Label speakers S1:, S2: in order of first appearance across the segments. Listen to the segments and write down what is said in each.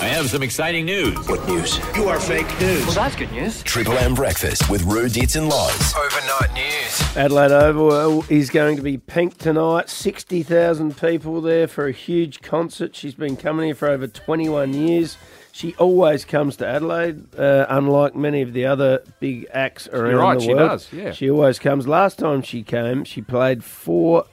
S1: I have some exciting news.
S2: What news?
S3: You are fake news.
S4: Well, that's good news.
S2: Triple M breakfast with Rue Dits and Laws.
S5: Overnight news.
S6: Adelaide Oval is going to be pink tonight. 60,000 people there for a huge concert. She's been coming here for over 21 years. She always comes to Adelaide, uh, unlike many of the other big acts around
S7: You're right,
S6: the
S7: she
S6: world.
S7: does, yeah.
S6: She always comes. Last time she came, she played four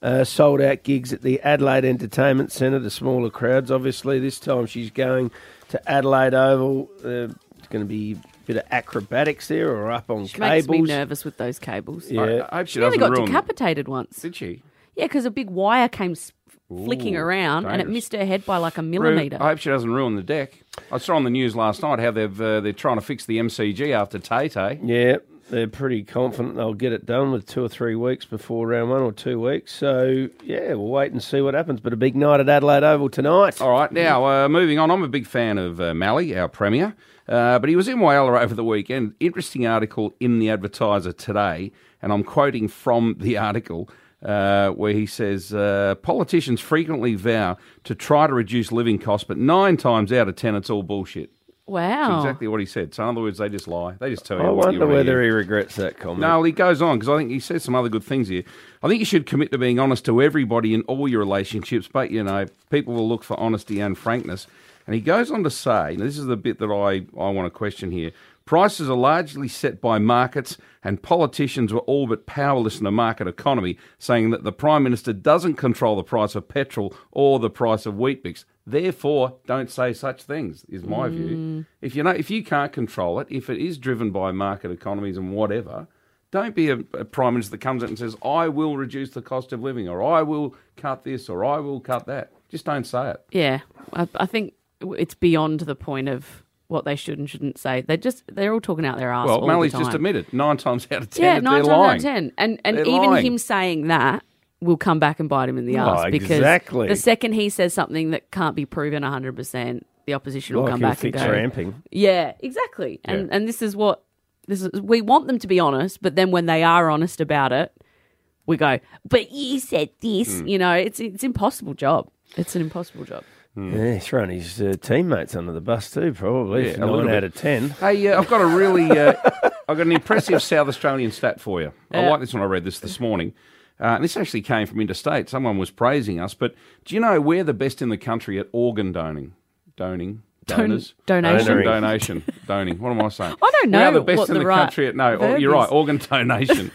S6: uh, sold out gigs at the Adelaide Entertainment Centre to smaller crowds. Obviously, this time she's going to Adelaide Oval. Uh, it's going to be a bit of acrobatics there or up on
S8: She
S6: cables.
S8: makes me nervous with those cables.
S6: Yeah.
S7: I hope she
S8: She nearly
S7: doesn't
S8: got
S7: ruin.
S8: decapitated once.
S7: Did she?
S8: Yeah, because a big wire came s- flicking
S7: Ooh,
S8: around and it
S7: dangerous.
S8: missed her head by like a
S7: Ru-
S8: millimeter.
S7: I hope she doesn't ruin the deck. I saw on the news last night how they've uh, they're trying to fix the MCG after Tay Tay.
S6: Yeah, they're pretty confident they'll get it done with two or three weeks before round one or two weeks. So, yeah, we'll wait and see what happens. But a big night at Adelaide Oval tonight.
S8: Oh,
S7: All right, now uh, moving on. I'm a big fan of uh, Mally, our premier, uh, but he was in Wyala over the weekend. Interesting article in the Advertiser today, and I'm quoting from the article. Uh, where he says uh, politicians frequently vow to try to reduce living costs, but nine times out of ten, it's all bullshit. That's
S8: wow.
S7: Exactly what he said. So in other words, they just lie. They just tell you.
S6: I
S7: what you
S6: wonder
S7: wanna hear.
S6: whether he regrets that comment.
S7: No, well, he goes on because I think he says some other good things here. I think you should commit to being honest to everybody in all your relationships, but you know, people will look for honesty and frankness. And he goes on to say, now this is the bit that I, I want to question here. Prices are largely set by markets, and politicians were all but powerless in a market economy, saying that the Prime Minister doesn't control the price of petrol or the price of wheat bix. Therefore, don't say such things, is my view. If you know if you can't control it, if it is driven by market economies and whatever, don't be a, a prime minister that comes out and says, I will reduce the cost of living, or I will cut this, or I will cut that. Just don't say it.
S8: Yeah, I, I think it's beyond the point of what they should and shouldn't say. They just they're all talking out their ass.
S7: Well,
S8: all
S7: Mally's
S8: the time.
S7: just admitted nine times out of ten
S8: Yeah,
S7: that
S8: nine
S7: they're
S8: times out
S7: lying.
S8: of ten, and and
S7: They're
S8: even
S7: lying.
S8: him saying that will come back and bite him in the ass because
S6: exactly.
S8: the second he says something that can't be proven hundred percent, the opposition will
S6: Like
S8: come
S6: he'll
S8: back and
S6: fix
S8: go,
S6: ramping.
S8: yeah, exactly. And and this is what this is. We want them to be honest, but then when they are honest about it, we go, but you said this.
S7: Hmm.
S8: You know, it's it's impossible job. It's an impossible job.
S6: Yeah, he's thrown his uh, teammates under the bus too, probably.
S7: Yeah,
S6: Yeah,
S7: a little
S6: nine
S7: bit.
S6: out of ten.
S7: Hey, uh, I've got a really, uh, I've got an impressive South Australian stat for you. I like this one. I read this this morning. Uh, and this actually came from interstate. Someone was praising us, but do you know we're the best in the country at organ doning? Doning? Donors?
S8: donation.
S7: Organ donation. Doning. What am I saying?
S8: I don't
S7: We
S8: know
S7: are the best
S8: what
S7: in
S8: the
S7: the,
S8: right
S7: country at. No,
S8: verb
S7: you're right.
S8: is.
S7: Organ donation.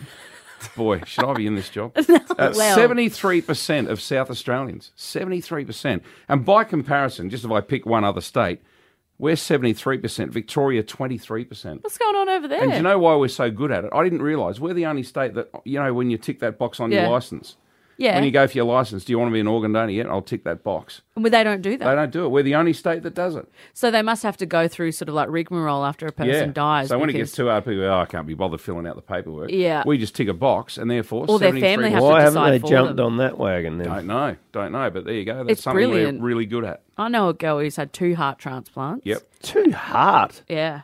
S7: Boy, should I be in this job? Uh,
S8: well.
S7: Seventy-three percent of South Australians, seventy-three percent, and by comparison, just if I pick one other state, we're seventy-three percent. Victoria, twenty-three percent.
S8: What's going on over there?
S7: And do you know why we're so good at it? I didn't realise we're the only state that you know when you tick that box on
S8: Yeah.
S7: your license.
S8: yeah,
S7: When you go for your license, do you want to be an organ donor? Yeah, I'll tick that box.
S8: Well, they don't do that.
S7: They don't do it. We're the only state that does it.
S8: So they must have to go through sort of like rigmarole after a person dies.
S7: So when it
S8: because-
S7: gets too hard, people go, oh, I can't be bothered filling out the paperwork.
S8: Yeah.
S7: We just tick a box and therefore
S8: Or their family
S7: 73
S8: have to
S6: Why haven't
S8: decide
S6: they
S8: for
S6: jumped
S8: them.
S6: on that wagon then?
S7: Don't know. Don't know. But there you go. That's
S8: It's
S7: something
S8: brilliant.
S7: we're really good at.
S8: I know a girl who's had two heart transplants.
S7: Yep.
S6: Too hard.
S8: Yeah.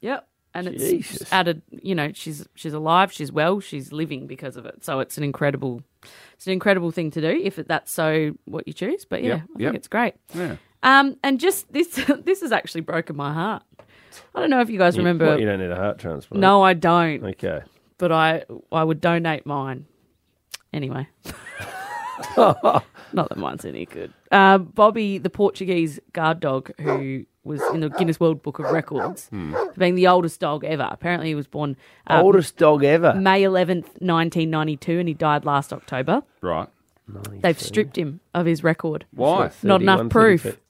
S8: Yep. And it's
S6: Jesus.
S8: added. You know, she's she's alive. She's well. She's living because of it. So it's an incredible, it's an incredible thing to do if that's so what you choose. But yeah,
S7: Yep,
S8: I think
S7: yep.
S8: it's great.
S7: Yeah.
S8: Um, and just this this has actually broken my heart. I don't know if you guys remember.
S6: What, you don't need a heart transplant.
S8: no, I don't.
S6: Okay.
S8: but I I would donate mine anyway. Not that mine's any good. Uh, Bobby, the Portuguese guard dog who was in the Guinness World Book of Records for being the oldest dog ever. Apparently, he was born uh,
S6: Oldest dog ever.
S8: May 11th, 1992, and he died last October.
S7: Right.
S8: They've stripped him of his record.
S7: Why?
S8: Not enough
S6: 31,
S8: proof.
S6: 32.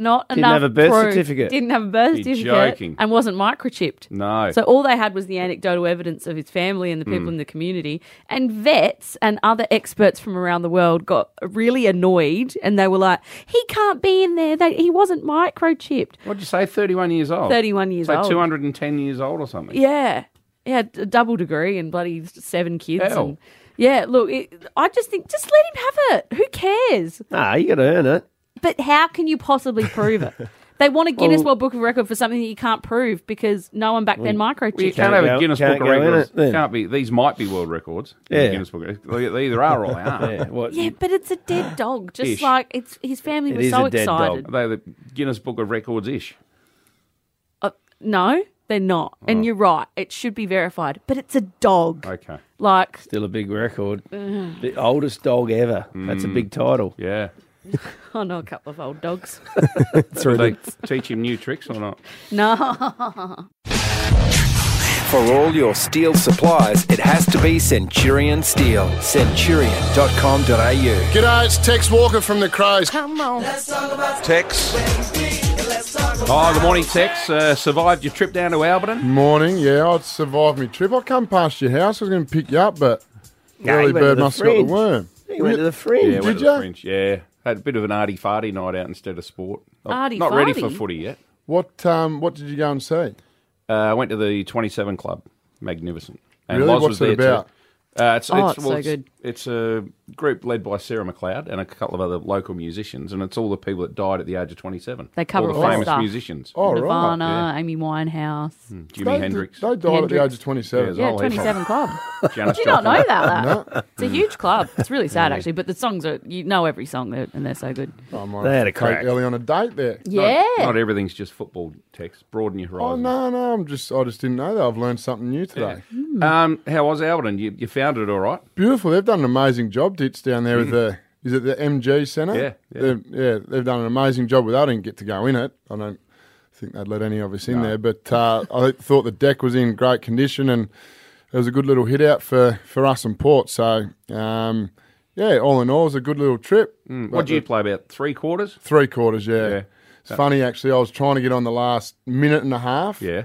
S8: Not
S6: Didn't
S8: enough
S6: have a birth
S8: proof.
S6: certificate.
S8: Didn't have a birth
S7: You're
S8: certificate.
S7: joking.
S8: And wasn't microchipped.
S7: No. Mm.
S8: So all they had was the anecdotal evidence of his family and the people in the community. And vets and other experts from around the world got really annoyed and they were like, he can't be in there. They, he wasn't microchipped.
S7: What'd you say? 31 years old.
S8: 31 years
S7: so
S8: old.
S7: 210 years old or something.
S8: Yeah. He had a double degree and bloody seven kids.
S7: Hell.
S8: And, yeah, look, it, I just think, just let him have it. Who cares?
S6: Nah, you got to earn it.
S8: But how can you possibly prove it? They want a Guinness
S6: Well-
S8: World Book of Record for something that you can't prove because no one back then microchipped.
S7: Well, you
S8: it.
S7: can't,
S6: Can't
S7: have
S6: go-
S7: a Guinness
S6: can't
S7: Book of
S6: go in
S7: Records.
S6: it then.
S7: Can't be. These might be world records. in the
S6: Yeah.
S7: Guinness Book. of- They they either are or they aren't.
S6: Yeah, what,
S8: Yeah, but it's a dead dog. Just
S7: Ish.
S8: like it's his family
S6: It
S8: was
S6: is
S8: so
S6: a dead
S8: excited.
S7: Are they the Guinness Book of Records ish?
S8: Uh, no, they're not. And you're right. It should be verified. But it's a dog.
S7: Okay.
S8: Like
S6: Still a big record. the oldest dog ever. That's
S9: Mm.
S6: a big title.
S7: Yeah.
S8: I know a couple of old dogs.
S7: Do they teach him new tricks or not?
S8: no.
S10: For all your steel supplies, it has to be Centurion Steel. Centurion.com.au.
S9: G'day, it's Tex Walker from the Crows. Come on.
S10: Tex.
S7: Oh, good morning, Tex. Uh, survived your trip down to
S6: Mm,
S7: Alberton?
S9: Morning, yeah, I survived my trip. I come past your house, I was going to pick you up, but the
S6: Yeah,
S9: early
S6: you went to
S9: bird
S6: the
S9: must have got
S6: fringe.
S9: the worm.
S6: He went to the fringe.
S7: Yeah, went
S9: Did
S7: to the
S9: ya?
S7: Fringe. Yeah. Had a bit of an arty farty night out instead of sport. Not-
S8: Arty
S7: Not ready for
S8: farty?
S7: footy yet.
S9: What um, what did you go and see?
S7: Uh, I went to the 27 Club. Magnificent. And
S9: Really?
S7: Loz
S9: What's
S7: was
S9: it
S7: there
S9: about?
S7: Too. Uh, it's,
S8: Oh, it's so
S7: it's,
S8: good.
S7: It's a group led by Sarah McLeod and a couple of other local musicians, and it's all the people that died at the age of 27.
S8: They cover
S7: all the
S8: all that
S7: famous
S8: stuff.
S7: musicians.
S9: Oh, right.
S8: Nirvana,
S7: yeah.
S8: Amy Winehouse.
S7: Jimi
S9: they,
S7: Hendrix.
S9: They died at the
S8: Hendrix.
S9: age of 27.
S7: Yeah,
S8: Yeah,
S7: Oh,
S8: 27 Club.
S7: Janis
S8: Did you not
S7: Joplin.
S8: know that? that? It's a huge club. It's really sad, actually. But the songs are, you know every song, they're- and they're so good.
S9: I might
S6: They had a
S9: have to take
S6: crack.
S9: Ellie on a date there.
S8: Yeah.
S7: Not, not everything's just football, Tex. Broaden your
S9: Oh
S7: horizon.
S9: no, no, I'm just I just didn't know that. I've learned something new today.
S7: Um, how was Alberton? You, you found it all right?
S9: Beautiful. They've done an amazing job, Ditch, down there with the is it the MG Centre?
S7: Hmm. Yeah, yeah.
S9: They've, yeah, they've done an amazing job with that. I didn't get to go in it. I don't think they'd let any of us in there, but uh, I thought the deck was in great condition and it was a good little hit out for, for us and Port. So um, yeah, all in all, it was a good little trip.
S7: What did Hmm. you play about? Three quarters?
S9: Three quarters, yeah.
S7: Yeah.
S9: It's funny actually. I was trying to get on the last minute and a half.
S7: Yeah.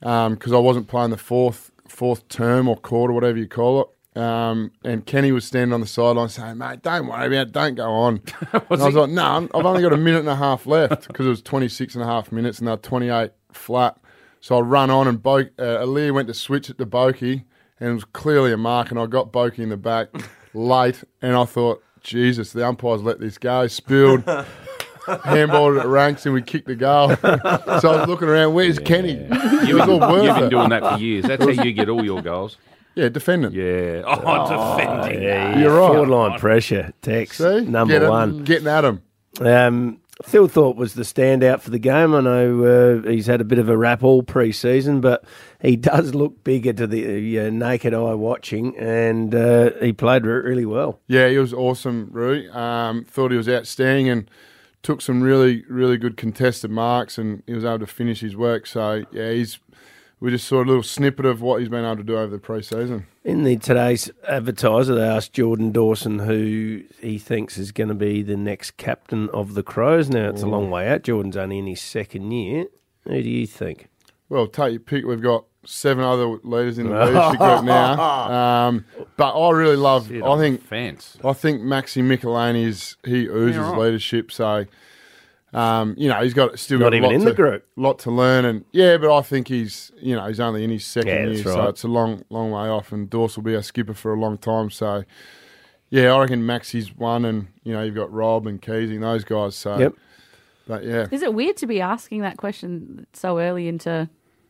S9: because um, I wasn't playing the fourth fourth term or quarter, whatever you call it. Um, and Kenny was standing on the sideline saying, "Mate, don't worry about it. Don't go on." and I was like, "No, I'm- I've only got a minute and a half left because it was 26 and a half minutes and they're 28 flat." So I run on and Bo- uh, Aaliyah went to switch it to Bokey and it was clearly a mark and I got Bokey in the back late and I thought, "Jesus, the umpires let this go." Spilled. Handballed it at ranks and we kicked the goal. so I was looking around, where's Kenny? It
S7: You've
S9: was
S7: been,
S9: all worth
S7: you've been
S9: it.
S7: doing that for years. That's how you get all your goals.
S9: Yeah, defendant.
S7: Yeah. Oh, defending.
S9: You're right.
S6: Forward line pressure, Tex.
S9: See?
S6: Number
S9: Get 'em-
S6: one.
S9: Getting at him.
S6: Um, Phil Thorpe was the standout for the game. I know uh, he's had a bit of a rap all pre-season, but he does look bigger to the uh, naked eye watching, and uh, he played re- really well.
S9: Yeah, he was awesome, Rui. Um, thought he was outstanding and took some really, really good contested marks and he was able to finish his work. So, yeah, he's. We just saw a little snippet of what he's been able to do over the pre-season.
S6: In the today's advertiser, they asked Jordan Dawson who he thinks is going to be the next captain of the Crows. Now it's a
S9: Mm.
S6: long way out. Jordan's only in his second year. Who do you think?
S9: Well, take your pick. We've got seven other leaders in the leadership group now. Um, but I really love.
S7: Sit
S9: I
S7: on the
S9: think
S7: fence.
S9: I think Maxi Michelani is he oozes
S7: right.
S9: leadership. So, um, you know, he's got still
S6: Not
S9: got a
S6: even
S9: lot
S6: in
S9: to,
S6: the group.
S9: lot to learn, and yeah, but I think he's you know he's only in his second
S6: Yeah,
S9: year,
S6: that's
S9: so
S6: right.
S9: it's a long long way off, and Dorse will be our skipper for a long time. So, yeah, I reckon Maxi's one, and you know you've got Rob and Keating, those guys. So,
S6: Yep.
S9: but yeah,
S8: Is it weird to be asking that question so early into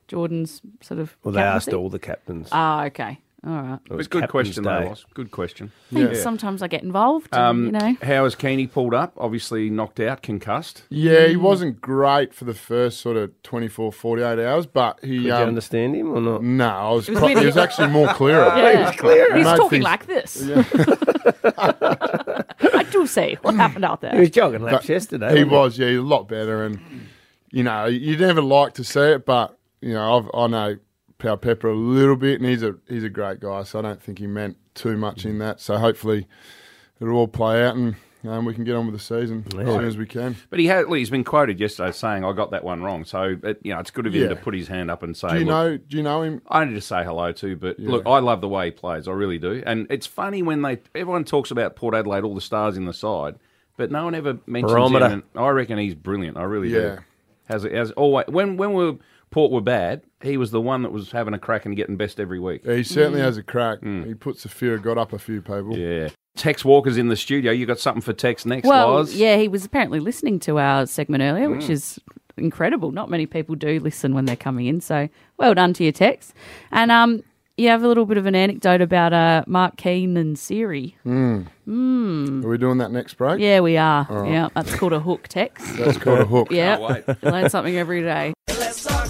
S8: Jordan's sort of.
S6: Well, they asked
S8: captaincy?
S6: all the captains.
S9: Uh,
S8: Ah, okay. All right.
S7: It was a good
S6: Captain's
S7: question,
S6: Day.
S7: though, Ross. Good question.
S8: I think sometimes I get involved, and, you know.
S7: How is Keeney pulled up? Obviously knocked out, concussed.
S9: yeah, he wasn't great for the first sort of 24, 48 hours, but he.
S6: Did you
S9: Um,
S6: understand him or not?
S9: no, I was,
S8: was
S9: pro-
S8: really-
S9: he was actually more clearer.
S8: Yeah. He's,
S9: Made
S8: talking
S9: things-
S8: like this. I do say what happened out
S6: Hmm. He
S8: there.
S6: was jogging laps yesterday.
S9: He
S6: wasn't
S9: was, yeah, he's a lot better, and you know, you'd never like to see it, but you know, I've, I know Power Pepper a little bit, and he's a he's a great guy, so I don't think he meant too much in that. So hopefully, it'll all play out, and um, we can get on with the season as soon as we can.
S7: But he had, he's been quoted yesterday as saying, I got that one wrong. So, it, you know, it's good of him
S9: Yeah.
S7: to put his hand up and say,
S9: Do you
S7: "Look,
S9: know? Do you know him?
S7: I need to say hello to, but look, I love the way he plays. I really do. And it's funny when they everyone talks about Port Adelaide, all the stars in the side, but no one ever mentions
S6: Barometer.
S7: him. And I reckon he's brilliant. I really
S9: Yeah.
S7: do. Has as always when when we were, Port were bad, he was the one that was having a crack and getting best every week.
S9: He certainly
S8: Mm.
S9: has a crack. He puts the fear of God up a few people.
S7: Mm. Yeah. Tex Walker's in the studio. You got something for Tex next,
S8: Well,
S7: Lars?
S6: Hmm.
S8: yeah, he was apparently listening to our segment earlier, which is incredible. Not many people do listen when they're coming in. So well done to your text. And um, you have a little bit of an anecdote about uh, Mark Keane and Siri.
S9: Are we doing that next break?
S8: Yeah, we are. Yeah, that's called a hook text.
S9: That's called a hook.
S8: Yeah, learn something every day.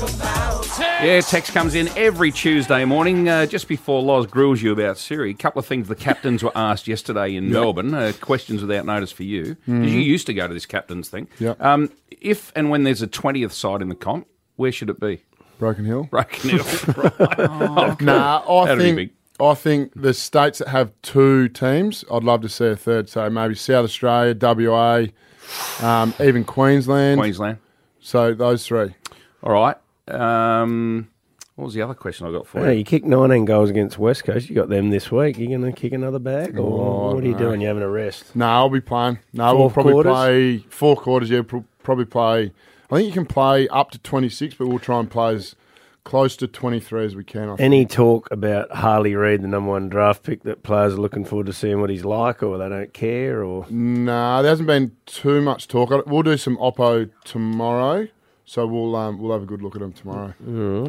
S7: Yeah, text comes in every Tuesday morning uh, just before Loz grills you about Siri. A couple of things the captains were asked yesterday in Melbourne. Uh, questions without notice for you. 'Cause You used to go to this captains thing.
S9: Yeah.
S7: Um, if and when there's a 20th side in the comp, where should it be?
S9: Broken Hill.
S7: Broken Hill. Of
S9: Nah, I
S7: That'd be
S9: think
S7: big.
S9: I think the states that have two teams, I'd love to see a third. So maybe South Australia, WA, um, even Queensland.
S7: Queensland.
S9: So those three.
S7: All right. Um, what was the other question I got for
S6: Well,
S7: you?
S6: you kicked 19 goals against West Coast. You got them this week. You going to kick another bag? Or
S9: Oh,
S6: what are you doing? You having a rest?
S9: No, I'll be playing. No, we'll
S6: Four
S9: probably
S6: quarters?
S9: play four quarters. Yeah, pro- probably play. I think you can play up to twenty six, but we'll try and play as close to twenty three as we can. I think.
S6: Any talk about Harley Reid, the number one draft pick that players are looking forward to seeing what he's like or they don't care or
S9: Nah, there hasn't been too much talk. I- We'll do some oppo tomorrow, so we'll um, we'll have a good look at them tomorrow.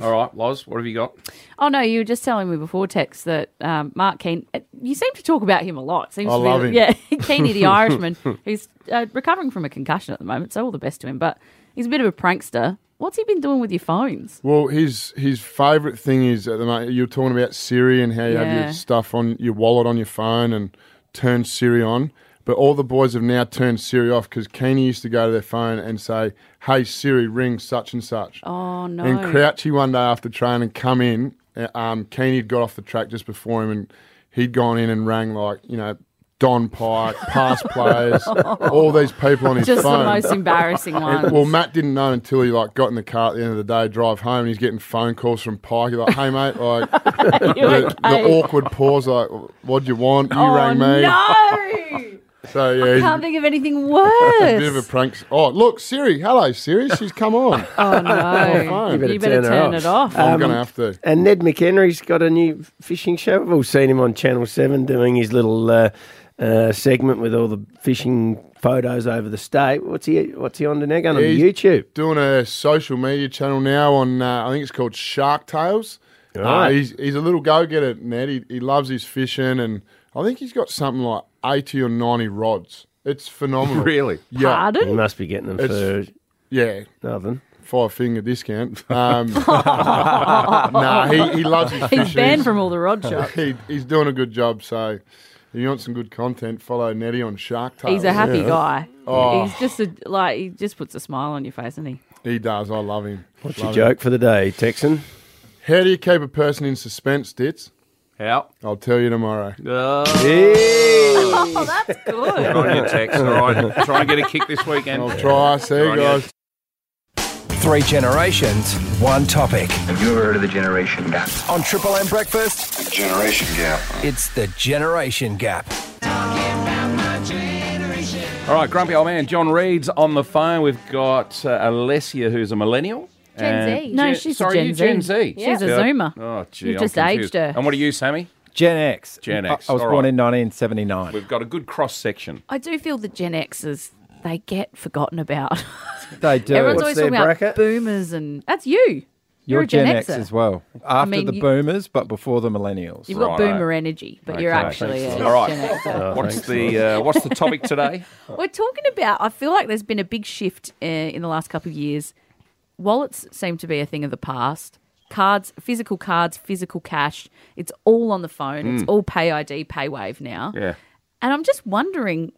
S7: All right, Loz, what have you got?
S8: Oh no, you were just telling me before text that um, Mark Keane. uh, You seem to talk about him a lot. Seems
S9: I
S8: to
S9: love
S8: be,
S9: him.
S8: Yeah, Keane, the Irishman, who's uh, recovering from a concussion at the moment. So all the best to him. But he's a bit of a prankster. What's he been doing with your phones?
S9: Well, his his favourite thing is at the moment you're talking about Siri and how you have
S8: Yeah.
S9: your stuff on your wallet on your phone and turn Siri on. But all the boys have now turned Siri off because Keeney used to go to their phone and say, "Hey Siri, ring such and such."
S8: Oh no!
S9: And Crouchy one day after training and come in, uh, um, Keeney had got off the track just before him and he'd gone in and rang like you know Don Pike, past players, all these people on his
S8: just
S9: phone.
S8: the most embarrassing
S9: And-
S8: one.
S9: well, Matt didn't know until he like got in the car at the end of the day, drive home, and he's getting phone calls from Pike. He's like, "Hey mate," like
S8: You
S9: the, the
S8: okay?
S9: awkward pause, like, "What do you want? You
S8: oh
S9: rang me."
S8: no!
S9: So yeah, he's
S8: Can't think of anything
S9: a bit of a
S8: worse.
S9: prank. Oh, look, Siri. Hello, Siri. She's come on. Uh,
S8: Oh no!
S9: You
S8: you
S9: better
S8: better,
S6: turn her
S8: turn
S6: off.
S8: it off.
S9: I'm gonna have to.
S6: And Ned McHenry's got a new fishing show. We've all seen him on Channel 7 doing his little uh, uh, segment with all the fishing photos over the state. What's he What's he on to now? Going on
S9: He's
S6: YouTube.
S9: Doing a social media channel now on, uh, I think it's called Shark Tales. Uh,
S6: Right.
S9: he's, he's a little go getter, Ned. He, he loves his fishing, and I think he's got something like 80 or 90 rods. It's phenomenal.
S7: Really?
S9: Yeah.
S6: He
S8: Pardon?
S6: must be getting them for
S9: It's- Yeah.
S6: nothing.
S9: Five finger discount. Um, nah, he, he loves his fishing.
S8: He's banned from all the rod shops.
S9: He, he's doing a good job, so if you want some good content, follow Nettie on Shark Tales.
S8: He's a happy guy.
S9: Oh.
S8: He's just a like he just puts a smile on your face, doesn't he?
S9: He does. I love him.
S6: What's
S9: Love
S6: your joke for the day, Texan?
S9: him. How do you keep a person in suspense, Dits?
S7: How?
S9: I'll tell you tomorrow.
S7: Uh,
S8: Good.
S7: on your text. All right, try and get a kick this weekend.
S9: I'll try. See you
S7: Right, yeah.
S9: guys.
S11: Three generations, one topic.
S12: Have you ever heard of the generation gap?
S11: On Triple M Breakfast,
S12: The generation gap.
S11: it's the generation gap.
S7: All right, grumpy old man John Reed's on the phone. We've got uh, Alessia, who's a millennial.
S13: Gen
S7: And-
S13: Z.
S8: No, she's a
S7: sorry,
S8: Gen
S7: you
S8: Z.
S7: Gen Z.
S8: Yeah. She's a Zoomer.
S7: Oh, gee,
S8: You've
S7: I'm
S8: just aged
S7: confused.
S8: her.
S7: And what are you, Sammy?
S10: Gen X.
S7: Gen
S10: I-
S7: X,
S10: I, was
S7: all
S10: born
S7: right.
S10: in 1979.
S7: We've got a good cross section.
S8: I do feel the Gen Xers they get forgotten about.
S10: They do.
S8: Everyone's
S6: What's
S8: always
S6: their
S8: talking about
S6: bracket?
S8: boomers and that's you.
S10: You're
S8: You're a Gen, Xer.
S10: as well. After
S8: mean,
S10: the
S8: you-
S10: boomers, but before the millennials.
S8: You've got
S7: Righto.
S8: boomer energy, but you're
S7: Okay.
S8: actually a
S7: All right.
S8: Gen Xer.
S7: what's the uh, What's the topic today?
S8: We're talking about. I feel like there's been a big shift uh, in the last couple of years. Wallets seem to be a thing of the past. Cards, physical cards, physical cash. It's all on the phone. It's all Pay ID, PayWave now.
S7: Hmm. Yeah.
S8: And I'm just wondering,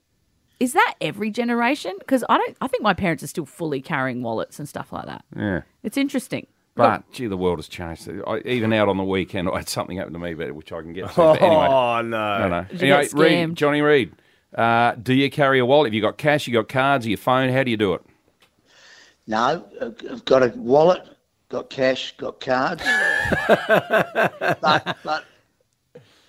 S8: is that every generation? Because I don't. I think my parents are still fully carrying wallets and stuff like that.
S7: Yeah.
S8: It's interesting.
S7: But gee, the world has changed. I, even out on the weekend, I had something happen to me, but which I can get. To, but anyway,
S6: Oh,
S7: no, no.
S8: you
S7: Anyway,
S8: get
S7: Reed,
S8: scammed?
S7: Johnny Reed, uh, do you carry a wallet? Have you got cash? You got cards? Your phone? How do you do it?
S14: No, I've got a wallet, got cash, got cards. but, but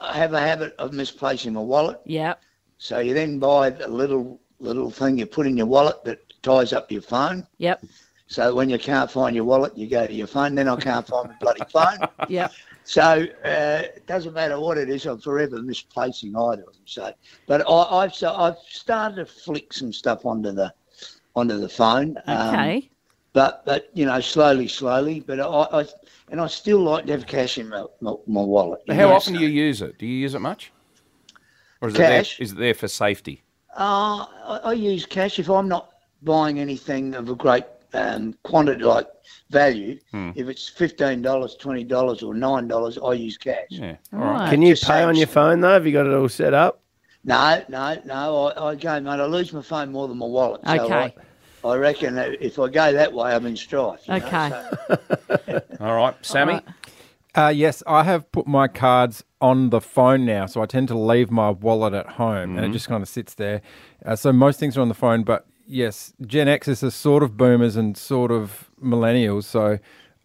S14: I have a habit of misplacing my wallet.
S8: Yeah.
S14: So you then buy a little little thing you put in your wallet that ties up your phone.
S8: Yep.
S14: So when you can't find your wallet, you go to your phone. Then I can't find my bloody phone.
S8: Yep.
S14: So uh, it doesn't matter what it is, I'm forever misplacing items. So, but I, I've so I've started to flick some stuff onto the onto the phone. Um,
S8: Okay.
S14: But but you know, slowly, slowly. But I, I and I still like to have cash in my, my, my wallet. you
S7: How
S14: know,
S7: often
S14: so-
S7: do you use it? Do you use it much? Or is it
S14: Cash.
S7: there, is it there for safety?
S14: Uh, I, I use cash if I'm not buying anything of a great um, quantity, like value.
S7: Hmm.
S14: If it's fifteen dollars, twenty dollars, or nine dollars, I use cash.
S7: Yeah.
S8: Right.
S6: Can you
S14: Just
S6: pay on
S14: saves-
S6: your phone though? Have you got it all set up?
S14: No, no, no. I, I go, mate. I lose my phone more than my wallet. So
S8: Okay.
S14: I, I reckon that if I go that way, I'm in strife. you know,
S8: Okay.
S14: so-
S7: All right, Sammy.
S10: Uh, yes, I have put my cards on the phone now, so I tend to leave my wallet at home
S8: Mm-hmm.
S10: and it just kind of sits there. Uh, so most things are on the phone, but yes, Gen Xers are sort of boomers and sort of millennials, so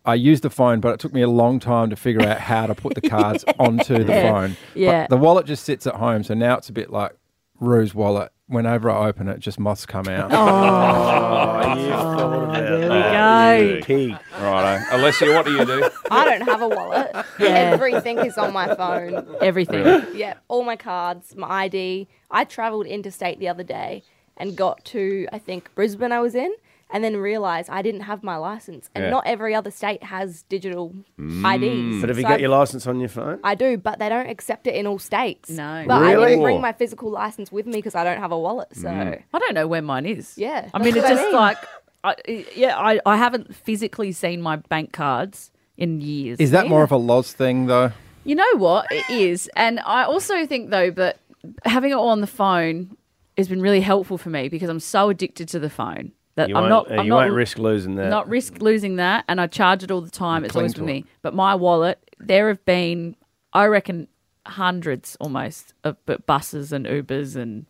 S10: I use the phone, but it took me a long time to figure out how to put the cards onto the phone.
S8: yeah.
S10: But the wallet just sits at home, so now it's a bit like Rue's wallet. Whenever I open it, just moths come out.
S8: Oh, There we
S6: Uh,
S8: go. Um,
S6: Pig.
S7: Righto. eh? Alessia, what do you do?
S15: I don't have a wallet. Everything is on my phone.
S8: Everything.
S15: Yeah, all my cards, my ID. I travelled interstate the other day and got to, I think, Brisbane, I was in, and then realised I didn't have my licence. And
S7: Yeah.
S15: not every other state has digital IDs.
S6: Mm. But have you
S15: So
S6: got your license on your phone?
S15: I do, but they don't accept it in all states.
S8: No.
S15: But I
S6: Really? Mm.
S15: didn't bring my physical license with me because I don't have a wallet. So
S8: I don't know where mine is.
S15: Yeah,
S8: I mean,
S15: that's
S8: it's
S15: what I
S8: just
S15: mean.
S8: like, I, yeah, I, I haven't physically seen my bank cards in years.
S10: Is that more of a Loz thing, though?
S8: You know what? It is. And I also think, though, that having it all on the phone has been really helpful for me because I'm so addicted to the phone that
S6: You
S8: I'm
S6: won't,
S8: not.
S6: uh,
S8: I'm
S6: you
S8: not,
S6: won't risk losing that.
S8: Not risk losing that. And I charge it all the time. It's always
S10: cling
S8: with
S10: to
S8: me. But my wallet, there have been, I reckon, hundreds almost of bu- buses and Ubers and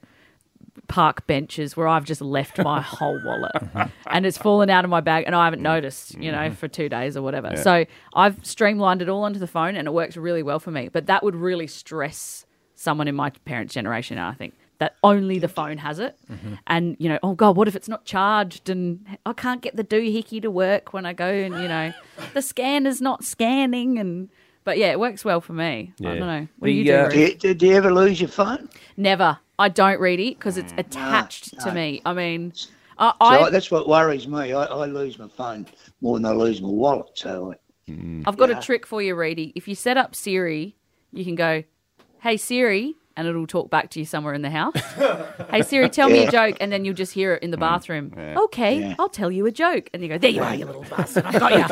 S8: park benches where I've just left my whole wallet and it's fallen out of my bag and I haven't noticed, you know, for two days or whatever. So I've streamlined it all onto the phone and it works really well for me. But that would really stress someone in my parents' generation, I think. That only the phone has it, and you know, oh god, what if it's not charged, and I can't get the doohickey to work when I go, and you know, the scanner's not scanning, and but yeah, it works well for me. I don't know. What do
S1: The,
S8: you do?
S1: uh,
S8: Ruth?
S14: Do you, do, do you ever lose your phone?
S8: Never. I don't read it because
S1: Mm.
S8: it's attached to me. I mean, I,
S14: So
S8: I,
S14: that's what worries me. I, I lose my phone more than I lose my wallet. So
S8: I've got a trick for you, Reedy. If you set up Siri, you can go, "Hey Siri," and it'll talk back to you somewhere in the house. "Hey Siri, tell me a joke," and then you'll just hear
S1: Mm.
S8: it in the bathroom. Okay, I'll tell you a joke, and you go, "There you are, you little bastard! I've got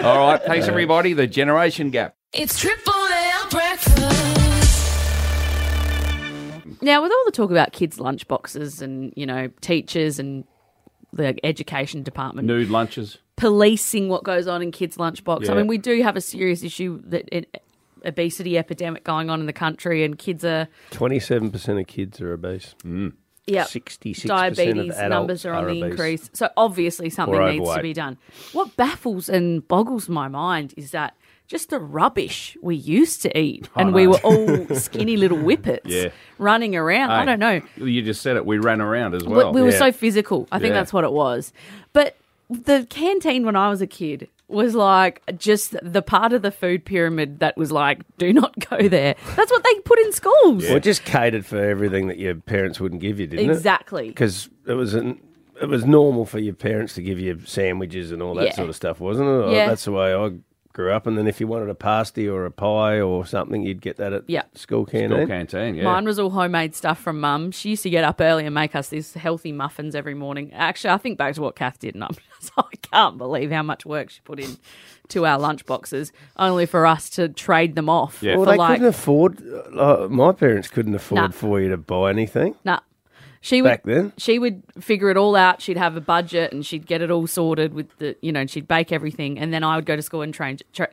S8: you."
S1: All right, thanks everybody. The generation gap.
S16: It's Triple L breakfast.
S8: Now, with all the talk about kids' lunchboxes and you know teachers and the education department
S1: Nude lunches.
S8: policing what goes on in kids' lunchbox. I
S1: Yeah.
S8: mean, we do have a serious issue that an obesity epidemic going on in the country, and kids are
S6: Twenty-seven percent of kids are obese.
S8: yeah,
S6: 66% of
S8: diabetes
S6: adults
S8: numbers are on
S6: are
S8: the
S6: obese.
S8: increase. So obviously something
S6: Or
S8: needs to
S6: overweight.
S8: be done. What baffles and boggles my mind is that just the rubbish we used to eat, and we
S1: know.
S8: were all skinny little whippets
S1: Yeah.
S8: running around. I
S1: Hey,
S8: don't know.
S1: You just said it. We ran around as
S8: We-
S1: well.
S8: we were so physical. I think
S1: Yeah.
S8: that's what it was. But the canteen when I was a kid was like just the part of the food pyramid that was like, do not go there. That's what they put in schools.
S6: Well, it just catered for everything that your parents wouldn't give you, didn't
S8: Exactly.
S6: Because it was an, it was normal for your parents to give you sandwiches and all that
S8: Yeah.
S6: sort of stuff, wasn't it? Or
S8: Yeah.
S6: That's the way I grew up. And then if you wanted a pasty or a pie or something, you'd get that at
S8: Yeah.
S6: school eh? canteen.
S1: School canteen. Yeah.
S8: Mine was all homemade stuff from mum. She used to get up early and make us these healthy muffins every morning. Actually, I think back to what Kath did, and I'm just, I can't believe how much work she put in to our lunch boxes, only for us to trade them off
S1: Yeah.
S8: for
S6: Well, they
S8: like,
S6: couldn't afford. Uh, my parents couldn't afford
S8: Nah.
S6: for you to buy anything.
S8: nah. She would,
S6: Back then?
S8: she would figure it all out. She'd have a budget and she'd get it all sorted with the, you know, and she'd bake everything. And then I would go to school and train, tra-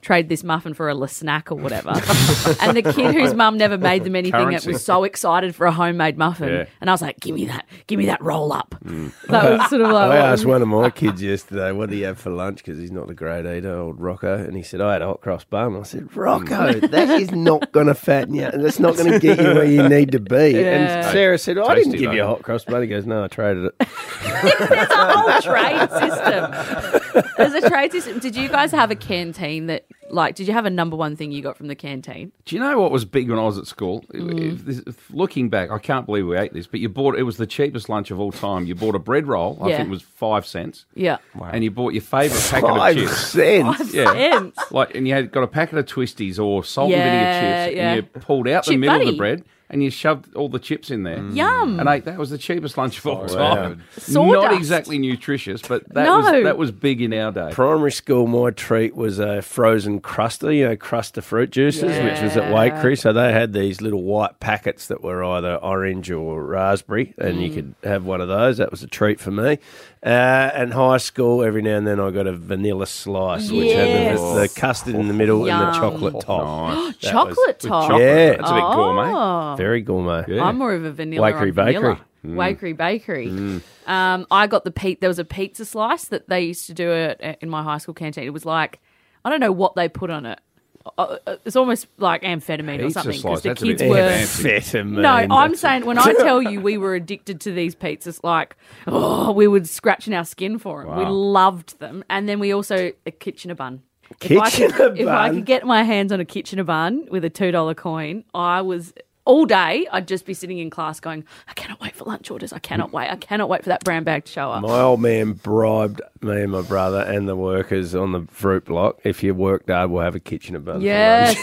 S8: trade this muffin for a little snack or whatever. and the kid whose mum never made them anything, it
S1: Currency.
S8: was so excited for a homemade muffin.
S1: Yeah.
S8: And I was like, give me that, give me that roll up. That was sort of like,
S6: I
S8: what-
S6: asked one of my kids yesterday, what do you have for lunch? Because he's not a great eater, old Rocco. And he said, I had a hot cross bun. I said, Rocco, that is not going to fatten you. and That's not going to get you where you need to be. And Sarah said, I didn't
S1: Tasty,
S6: give you a
S1: though.
S6: hot cross bun. He goes, no, I traded it.
S8: there's a whole trade system. There's a trade system. Did you guys have a canteen that, like, did you have a number one thing you got from the canteen?
S7: Do you know what was big when I was at school? If-
S8: Mm.
S7: if this- if looking back, I can't believe we ate this, but you bought it was the cheapest lunch of all time. You bought a bread roll, I
S8: Yeah.
S7: think it was five cents.
S8: Yeah.
S7: And you bought your favourite packet
S6: Five
S7: of chips.
S6: cents? Five
S8: cents.
S7: Like and you had got a packet of twisties or salt
S8: Yeah,
S7: and vinegar chips
S8: yeah.
S7: and you pulled out the
S8: Chip
S7: middle of
S8: buddy. Mm.
S7: the bread and you shoved all the chips in there.
S8: Yum.
S7: And ate that was the cheapest lunch of all
S6: Wow.
S7: time.
S8: Sawdust.
S7: Not exactly nutritious, but that
S8: No.
S7: was that was big in our day.
S6: Primary school, my treat was a frozen cruster, you know, cruster fruit juices, which was
S7: Yeah.
S6: at Wakery. So they had these little white packets that were either orange or raspberry, and you
S7: Mm.
S6: could have one of those. That was a treat for me. Uh, and high school, every now and then I got a vanilla slice, which had the- the,
S8: Yes.
S6: custard in the middle and the
S8: Yum. Oh,
S6: chocolate top. That was-
S8: Chocolate top?
S6: Yeah.
S8: That's a bit gourmet. Oh.
S6: Very gourmet.
S8: I'm more of a vanilla.
S6: Wakery
S8: on vanilla.
S6: Bakery. Mm.
S8: Wakery Bakery. Um, I got the pe- there was a pizza slice that they used to do it in my high school canteen. It was like I don't know what they put on it. Uh, uh, It's almost like amphetamine or
S6: Pizza
S8: something
S6: slice,
S8: because the
S6: that's a bit
S8: kids were
S6: fancy. Amphetamine,
S8: No, I'm
S6: that's-
S8: saying when I tell you we were addicted to these pizzas, like oh, we would scratching our skin for them. We
S6: Wow.
S8: loved them, and then we also a kitchener bun. if I
S6: Kitchener
S8: could, If I
S6: bun?
S8: could get my hands on a kitchener bun with a two dollar coin, I was all day. I'd just be sitting in class going, I cannot wait for lunch orders. I cannot wait. I cannot wait for that brown bag to show up.
S6: My old man bribed me and my brother and the workers on the fruit block. If you worked hard, we'll have a kitchen above.
S8: yes.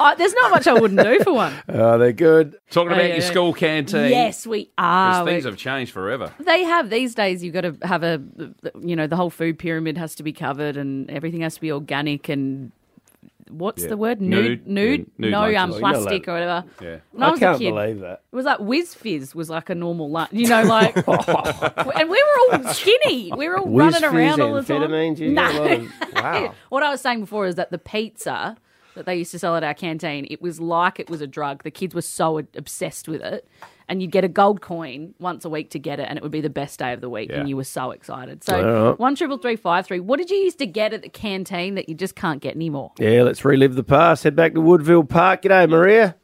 S8: I, there's not much I wouldn't do for one.
S6: Oh, they're good.
S7: Talking about
S8: Yeah,
S7: your
S8: yeah.
S7: school canteen.
S8: Yes, we are.
S7: Because things have changed forever.
S8: They have these days. You've got to have a, you know, the whole food pyramid has to be covered, and everything has to be organic and what's
S6: Yeah.
S8: the word? Nude,
S6: Nude-
S8: nude,
S6: nude
S8: no
S6: lunches.
S8: um,
S6: Oh, you're not allowed-
S8: plastic or whatever.
S6: Yeah.
S8: When I,
S6: I
S8: was
S6: can't
S8: a kid,
S6: believe that.
S8: It was like Whiz Fizz was like a normal lunch, you know, like, and we were all skinny. We were all
S6: Whiz
S8: running around
S6: Fizz
S8: all the time.
S6: amphetamines, you
S8: No.
S6: got a lot of- wow.
S8: What I was saying before is that the pizza that they used to sell at our canteen, it was like it was a drug. The kids were so ob- obsessed with it. And you'd get a gold coin once a week to get it, and it would be the best day of the week,
S6: Yeah.
S8: and you were so excited.
S6: All
S8: So
S6: right.
S8: one triple three five three. What did you used to get at the canteen that you just can't get anymore?
S6: Yeah, let's relive the past. Head back to Woodville Park. G'day, Maria.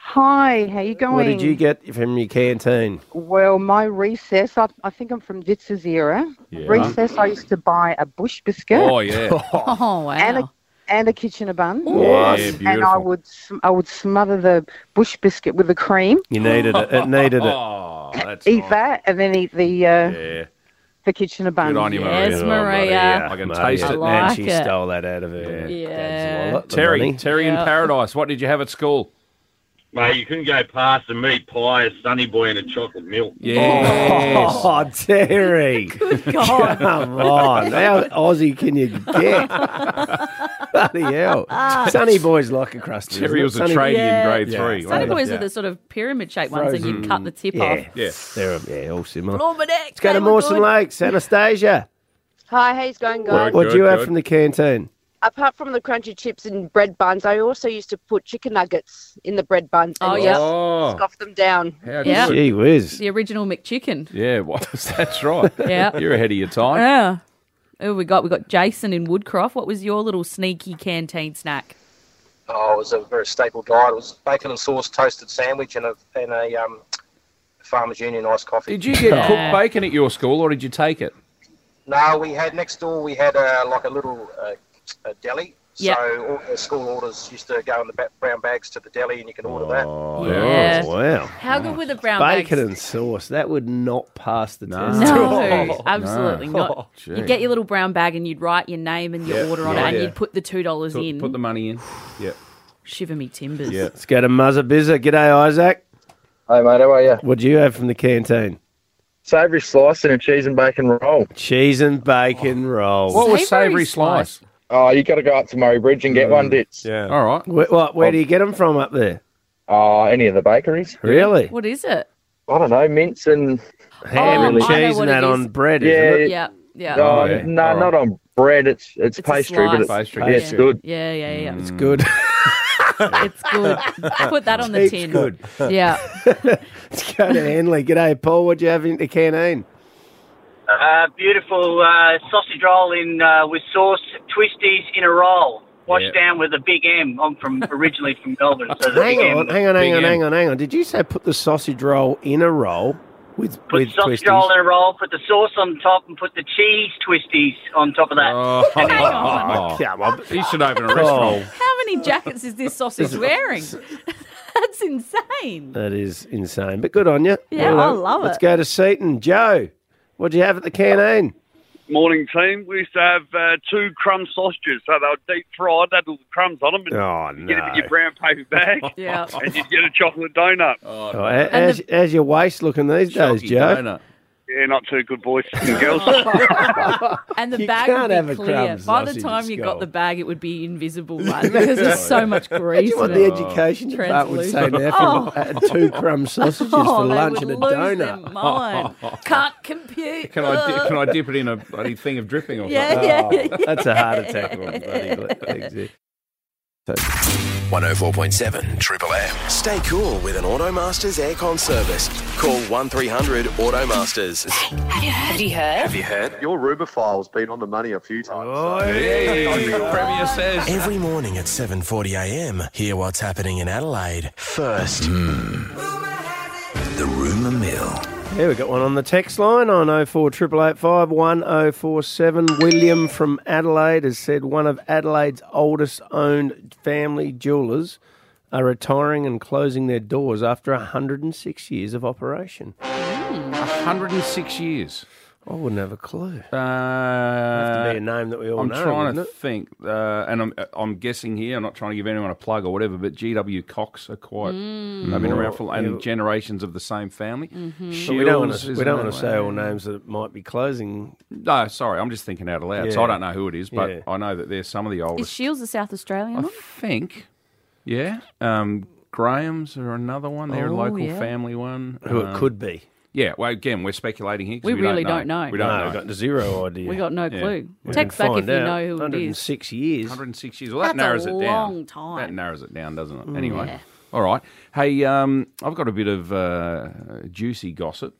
S17: Hi, how you going?
S6: What did you get from your canteen?
S17: Well, my recess, I, I think I'm from Ditz's era.
S6: Yeah.
S17: Recess, I used to buy a bush biscuit.
S6: Oh, yeah.
S8: oh, wow.
S17: And a, and a kitchener bun.
S6: What? Yeah,
S17: and I
S6: beautiful.
S17: would sm- I would smother the bush biscuit with the cream.
S6: You needed it. It needed it.
S7: Oh, that's
S17: eat that, and then eat the uh, the kitchener bun.
S6: Good on you, Maria. Yes,
S7: Oh, buddy, yeah.
S6: Maria.
S7: I can
S6: Maria.
S7: taste
S6: I
S7: it.
S6: like And she it. stole that out of her dad's wallet, the
S7: Terry,
S6: money.
S7: Terry
S18: Yeah.
S7: in paradise. What did you have at school?
S8: Oh.
S18: Mate, you couldn't go past a meat pie, a sunny boy, and a chocolate milk.
S7: Yes.
S6: Oh, Terry. Good
S18: God.
S6: Come on. How Aussie can you get? Bloody hell.
S8: Ah.
S6: Sunny Boy's like a crusty. isn't
S7: Terry
S6: it?
S7: was a
S6: Sunny-
S7: tradie in Yeah. grade three,
S8: Sunny boys
S6: Yeah.
S8: are the sort of pyramid shaped ones, and you
S6: Frozen.
S8: cut the tip
S6: yeah.
S8: off.
S6: Yeah. They're, yeah, all similar.
S8: Norman X,
S6: Let's go
S8: they
S6: to
S8: were
S6: Mawson
S8: good.
S6: Lakes. Anastasia.
S19: Hi, how's going, guys?
S6: What'd you have from the canteen?
S19: Apart from the crunchy chips and bread buns, I also used to put chicken nuggets in the bread buns and
S8: Oh,
S19: just
S8: yeah.
S7: Oh.
S19: scoff them down.
S8: Yeah.
S7: good. Gee whiz.
S8: The original McChicken.
S7: Yeah, what was that's right.
S8: Yeah.
S7: You're ahead of your time.
S8: Yeah. Who we got? We got Jason in Woodcroft. What was your little sneaky canteen snack?
S20: Oh, it was a very staple diet. It was bacon and sauce, toasted sandwich, and a and a um, Farmers Union iced coffee.
S7: Did you get cooked bacon at your school or did you take it?
S20: No, we had next door. We had uh, like a little uh, a deli.
S7: Yeah.
S20: So all the school orders used to go in the ba- brown bags to the deli, and you can order that.
S6: Oh,
S8: Yeah.
S6: wow.
S8: How good were the brown bags?
S6: Bacon and sauce. That would not pass the test. Oh,
S8: No, absolutely
S6: No.
S8: not.
S6: Oh,
S8: you'd get your little brown bag and you'd write your name and your
S6: Yeah.
S8: order on
S6: Yeah.
S8: it, and
S6: Yeah.
S8: you'd put the two dollars
S7: Put,
S8: in.
S7: put the money in. yeah.
S8: Shiver me timbers.
S6: Let's go to Muzza Bizza. G'day, Isaac. Hey, mate. How are you? What do you have from the canteen?
S21: Savoury slice and a cheese and bacon roll.
S6: Cheese and bacon roll.
S21: What was Savoury savoury slice? Oh, you got to go up to Murray Bridge and get one, Dits. Yeah.
S6: All
S7: right.
S6: Where, what, where do you get them from up there?
S21: Oh, any of the bakeries.
S6: Really?
S8: What is it? Oh,
S21: I don't know, mints and
S6: Ham and cheese and that on bread,
S21: yeah, Mm.
S6: isn't it?
S8: Yeah, yeah.
S21: No,
S6: Oh, yeah.
S21: no
S6: All right.
S21: not on bread. It's it's,
S8: It's a
S21: pastry, but
S8: slice.
S21: it's,
S8: Pastry.
S21: yeah, it's
S8: Yeah.
S21: good.
S8: Yeah, yeah,
S7: Mm.
S8: yeah. It's
S6: good.
S8: it's good. Put that on the
S6: It's
S8: tin.
S6: good.
S8: Yeah.
S6: Let's go to Henley. G'day, Paul. What do you have in the canteen?
S22: Uh, beautiful uh, sausage roll in uh, with sauce, twisties in a roll, washed
S6: Yeah.
S22: down with a big M. I'm from originally from Melbourne, so the
S6: Hang
S22: big M-
S6: on, hang on, hang
S22: big
S6: on,
S22: M.
S6: hang on, hang on. Did you say put the sausage roll in a roll? with
S22: Put
S6: with
S22: sausage
S6: twisties.
S22: roll in a roll, put the sauce on top, and put the cheese twisties on top of that. And then-
S7: He Oh. should open a restaurant.
S8: How many jackets is this sausage wearing? That's insane.
S6: That is insane, but good on you.
S8: Yeah,
S6: Well
S8: I
S6: done.
S8: love
S6: Let's
S8: it.
S6: go to Seaton. Joe, what do you have at the canteen?
S23: Morning team. We used to have uh, two crumb sausages, so they were deep fried. They had little crumbs on them. And
S6: Oh,
S23: you Get it
S6: no.
S23: in your brown paper bag,
S8: Yeah.
S7: Oh,
S23: and you'd get a chocolate donut.
S6: Oh, how- how's, how's your waist looking these days, Joe?
S23: Yeah, not too good, boys and girls.
S8: And the
S23: You
S8: bag
S23: can't
S8: would be
S23: have a
S8: clear.
S23: crumb
S8: By the
S23: sausage
S8: time you got
S23: skull.
S8: the bag, it would be invisible. Like, there's just so much grease.
S6: Imagine what
S8: in
S6: the
S8: it.
S6: education department Oh. would say now if you
S8: Translucent.
S6: had two crumb sausages
S8: Oh,
S6: for
S8: they
S6: lunch
S8: would
S6: and a
S8: lose
S6: donut.
S8: their mind. Can't compute.
S7: Can I di- can I dip it in a bloody thing of dripping or
S8: Yeah,
S7: something?
S8: yeah, yeah.
S6: That's a heart Oh,
S8: attack.
S6: bloody
S24: 104.7 Triple M. Stay cool with an Automasters aircon service. Call 1300 Automasters.
S16: Have you heard? Have you heard?
S24: you heard?
S25: Your Rubophile's been on the money a few times.
S7: Premier says.
S26: Every morning at 7.40am, hear what's happening in Adelaide first.
S24: Hmm. The rumour mill.
S6: Yeah, we got one on the text line oh on 04885 1047. William from Adelaide has said one of Adelaide's oldest owned family jewellers are retiring and closing their doors after 106 years of operation.
S7: 106 years.
S6: I wouldn't have a clue.
S7: Uh, have
S6: to be a name that we all
S7: Uh, I'm
S6: know,
S7: trying
S6: wouldn't
S7: to
S6: it?
S7: think, uh, and I'm I'm guessing here. I'm not trying to give anyone a plug or whatever, but GW Cox are quite.
S6: Mm.
S7: They've been around
S6: Mm.
S7: for and
S6: Yeah.
S7: generations of the same family.
S8: Mm-hmm.
S6: But we don't wanna-
S7: Shields is
S6: we don't
S7: another
S6: wanna say all
S7: one.
S6: names that might be closing.
S7: No, sorry, I'm just thinking out loud. So
S6: Yeah.
S7: I don't know who it is, but
S6: Yeah.
S7: I know that they're some of the
S8: Is
S7: oldest.
S8: Shields a South Australian? one?
S7: think. Yeah. Um, Graham's are another one. They're
S8: Oh,
S7: a local
S8: yeah.
S7: family one.
S6: Who it
S7: Um,
S6: could be.
S7: Yeah. Well, again, we're speculating here. 'cause
S8: We
S7: We,
S8: really don't
S7: don't, know.
S8: know.
S7: We don't
S6: No,
S7: know.
S6: we've got zero idea.
S8: We got no
S7: Yeah.
S8: clue. Text
S7: Yeah. We
S8: back
S7: can
S8: if you
S7: find out.
S8: know who it is.
S6: 106 years.
S7: 106 years. Well,
S8: That's
S7: that narrows
S8: a
S7: it down.
S8: long time.
S7: That narrows it down, doesn't it?
S8: Mm.
S7: Anyway.
S8: Yeah.
S7: All right. Hey, um, I've got a bit of uh, juicy gossip.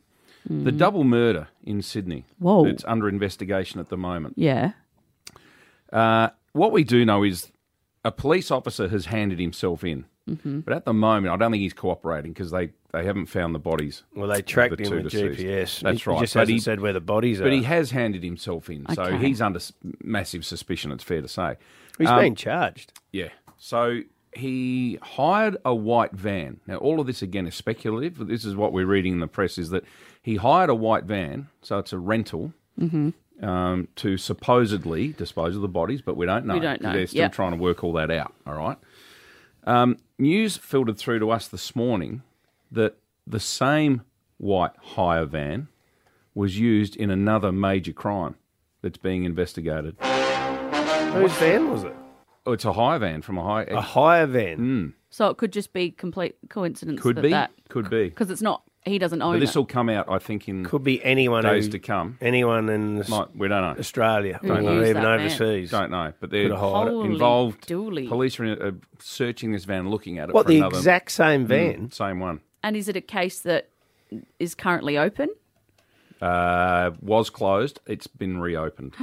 S7: The double murder in Sydney.
S8: Mm. Whoa.
S7: It's under investigation at the moment.
S8: Yeah.
S7: Uh, what we do know is a police officer has handed himself in.
S8: Mm-hmm.
S6: Mhm.
S7: But at the moment, I don't think he's cooperating because they, they haven't found the bodies.
S6: Well, they
S7: of
S6: tracked
S7: the
S6: him
S7: two
S6: with
S7: deceased.
S6: GPS.
S7: That's
S6: He
S7: right.
S6: just
S7: But
S6: hasn't said where the bodies
S7: But he
S6: are.
S7: has handed himself in, so
S6: Okay.
S7: he's under s- massive suspicion. It's fair to say
S6: He's
S7: He's
S6: being charged.
S7: Yeah. So he hired a white van. Now, all of this again is speculative. But this is what we're reading in the press: is that he hired a white van, so it's a rental
S8: Mm-hmm.
S7: um, to supposedly dispose of the bodies, but we don't know.
S8: We don't know,
S7: They're still
S8: yeah.
S7: trying to work all that out. All right. Um, news filtered through to us this morning that the same white hire van was used in another major crime that's being investigated.
S6: Whose van was it?
S7: Oh, it's a hire van from a hire a
S6: hire
S7: Hmm.
S6: van.
S8: So it could just be complete coincidence.
S7: Could
S8: that
S7: be.
S8: That,
S7: Could be.
S8: because it's not. He doesn't
S7: But
S8: own
S7: this
S8: it.
S7: will come out, I think, in
S6: could be anyone
S7: days
S6: who-
S7: to come.
S6: Anyone in s-
S7: Might- we don't know.
S6: Australia
S7: Don't
S6: or
S7: know.
S6: even overseas.
S7: Don't know, but they're
S6: Could have hired it.
S7: involved.
S8: dooly.
S7: Police are in- uh, searching this van, looking at it.
S6: What,
S7: for
S6: the
S7: another-
S6: exact same
S7: Mm,
S6: van?
S7: same one.
S8: And is it a case that is currently open?
S7: Uh, was closed. It's been reopened.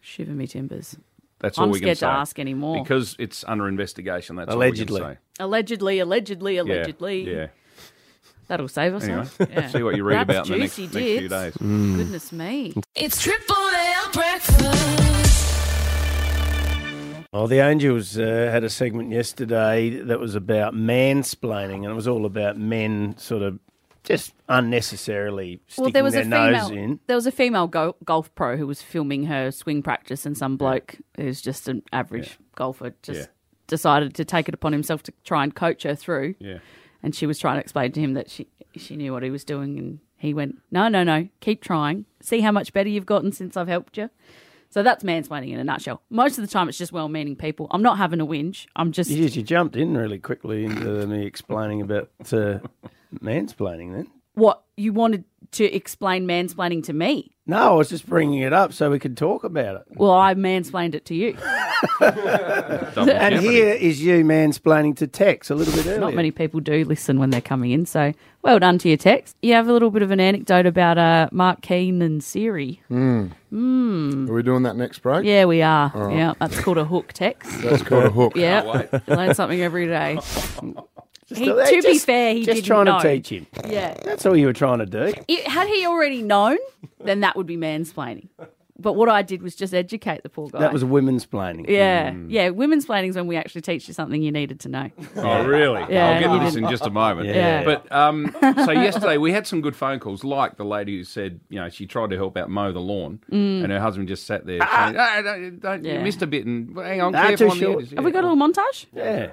S8: Shiver me timbers.
S7: That's
S8: I'm
S7: all we can
S8: scared
S7: say.
S8: to ask anymore.
S7: because it's under investigation. That's
S6: Allegedly.
S7: All we can say.
S8: Allegedly, allegedly,
S7: Yeah,
S8: allegedly.
S7: yeah.
S8: That'll save us.
S7: Anyway,
S8: huh? Yeah.
S7: see what you read
S8: That's
S7: about in the next-
S8: juicy
S7: next few
S8: dits.
S7: days.
S10: Mm.
S8: Goodness me.
S16: It's Triple L breakfast.
S6: Well, the Angels uh, had a segment yesterday that was about mansplaining, and it was all about men sort of just unnecessarily sticking
S8: Well, there was
S6: their
S8: a
S6: nose
S8: female.
S6: in.
S8: There was a female go- golf pro who was filming her swing practice, and some bloke who's just an average golfer just
S16: Yeah.
S8: decided to take it upon himself to try and coach her through.
S16: Yeah.
S8: And she was trying to explain to him that she she knew what he was doing, and he went, "No, no, no, keep trying. See how much better you've gotten since I've helped you." So that's mansplaining in a nutshell. Most of the time, it's just well-meaning people. I'm not having a whinge. I'm just
S6: You, you jumped in really quickly into me explaining about uh, mansplaining then.
S8: what you wanted to explain mansplaining to me.
S6: No, I was just bringing it up so we could talk about it.
S8: Well, I mansplained it to you.
S6: and here is you mansplaining to Tex a little bit earlier.
S8: Not many people do listen when they're coming in, so well done to your text. You have a little bit of an anecdote about uh, Mark Keane and Siri.
S9: Mm.
S8: Mm.
S9: Are we doing that next break?
S8: Yeah, we are.
S9: All right.
S8: Yeah, that's called a hook text.
S9: That's called a hook.
S8: Yeah,
S9: Can't
S8: learn something every day. He- to be fair, he
S6: just
S8: didn't
S6: trying
S8: know.
S6: to teach him.
S8: Yeah.
S6: that's all you were trying to do.
S8: It- had he already known, then that would be mansplaining. But what I did was just educate the poor guy.
S6: That was women's planning.
S8: Yeah,
S7: Hmm.
S8: yeah. Women's planning's when we actually teach you something you needed to know.
S7: Oh, really?
S8: Yeah,
S7: I'll get
S8: you
S7: to this in
S8: didn't-
S7: just a moment.
S8: Yeah.
S7: But um, so yesterday we had some good phone calls, like the lady who said, you know, she tried to help out mow the lawn,
S8: Mm.
S7: and her husband just sat there. saying, "Ah, don't, don't, You
S8: Yeah.
S7: missed a bit, and well, hang on,
S8: Ah, too
S7: careful on
S8: short.
S7: the edges.
S8: Have we got a little montage?
S7: Yeah.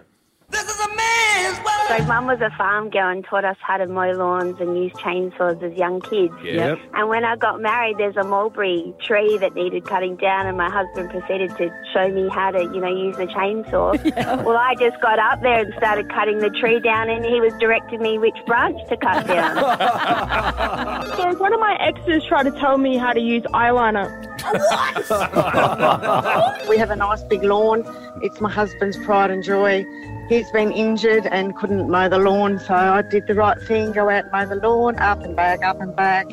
S27: So mum was a farm girl and taught us how to mow lawns and use chainsaws as young kids.
S28: Yep.
S27: And when I got married, there's a mulberry tree that needed cutting down, and my husband proceeded to show me how to, you know, use the chainsaw. Well, I just got up there and started cutting the tree down, and he was directing me which branch to cut down.
S29: So one of my exes tried to tell me how to use eyeliner.
S28: we have a nice big lawn. It's my husband's pride and joy. He's been injured and couldn't mow the lawn, so I did the right thing go out and mow the lawn, up and back, up and back.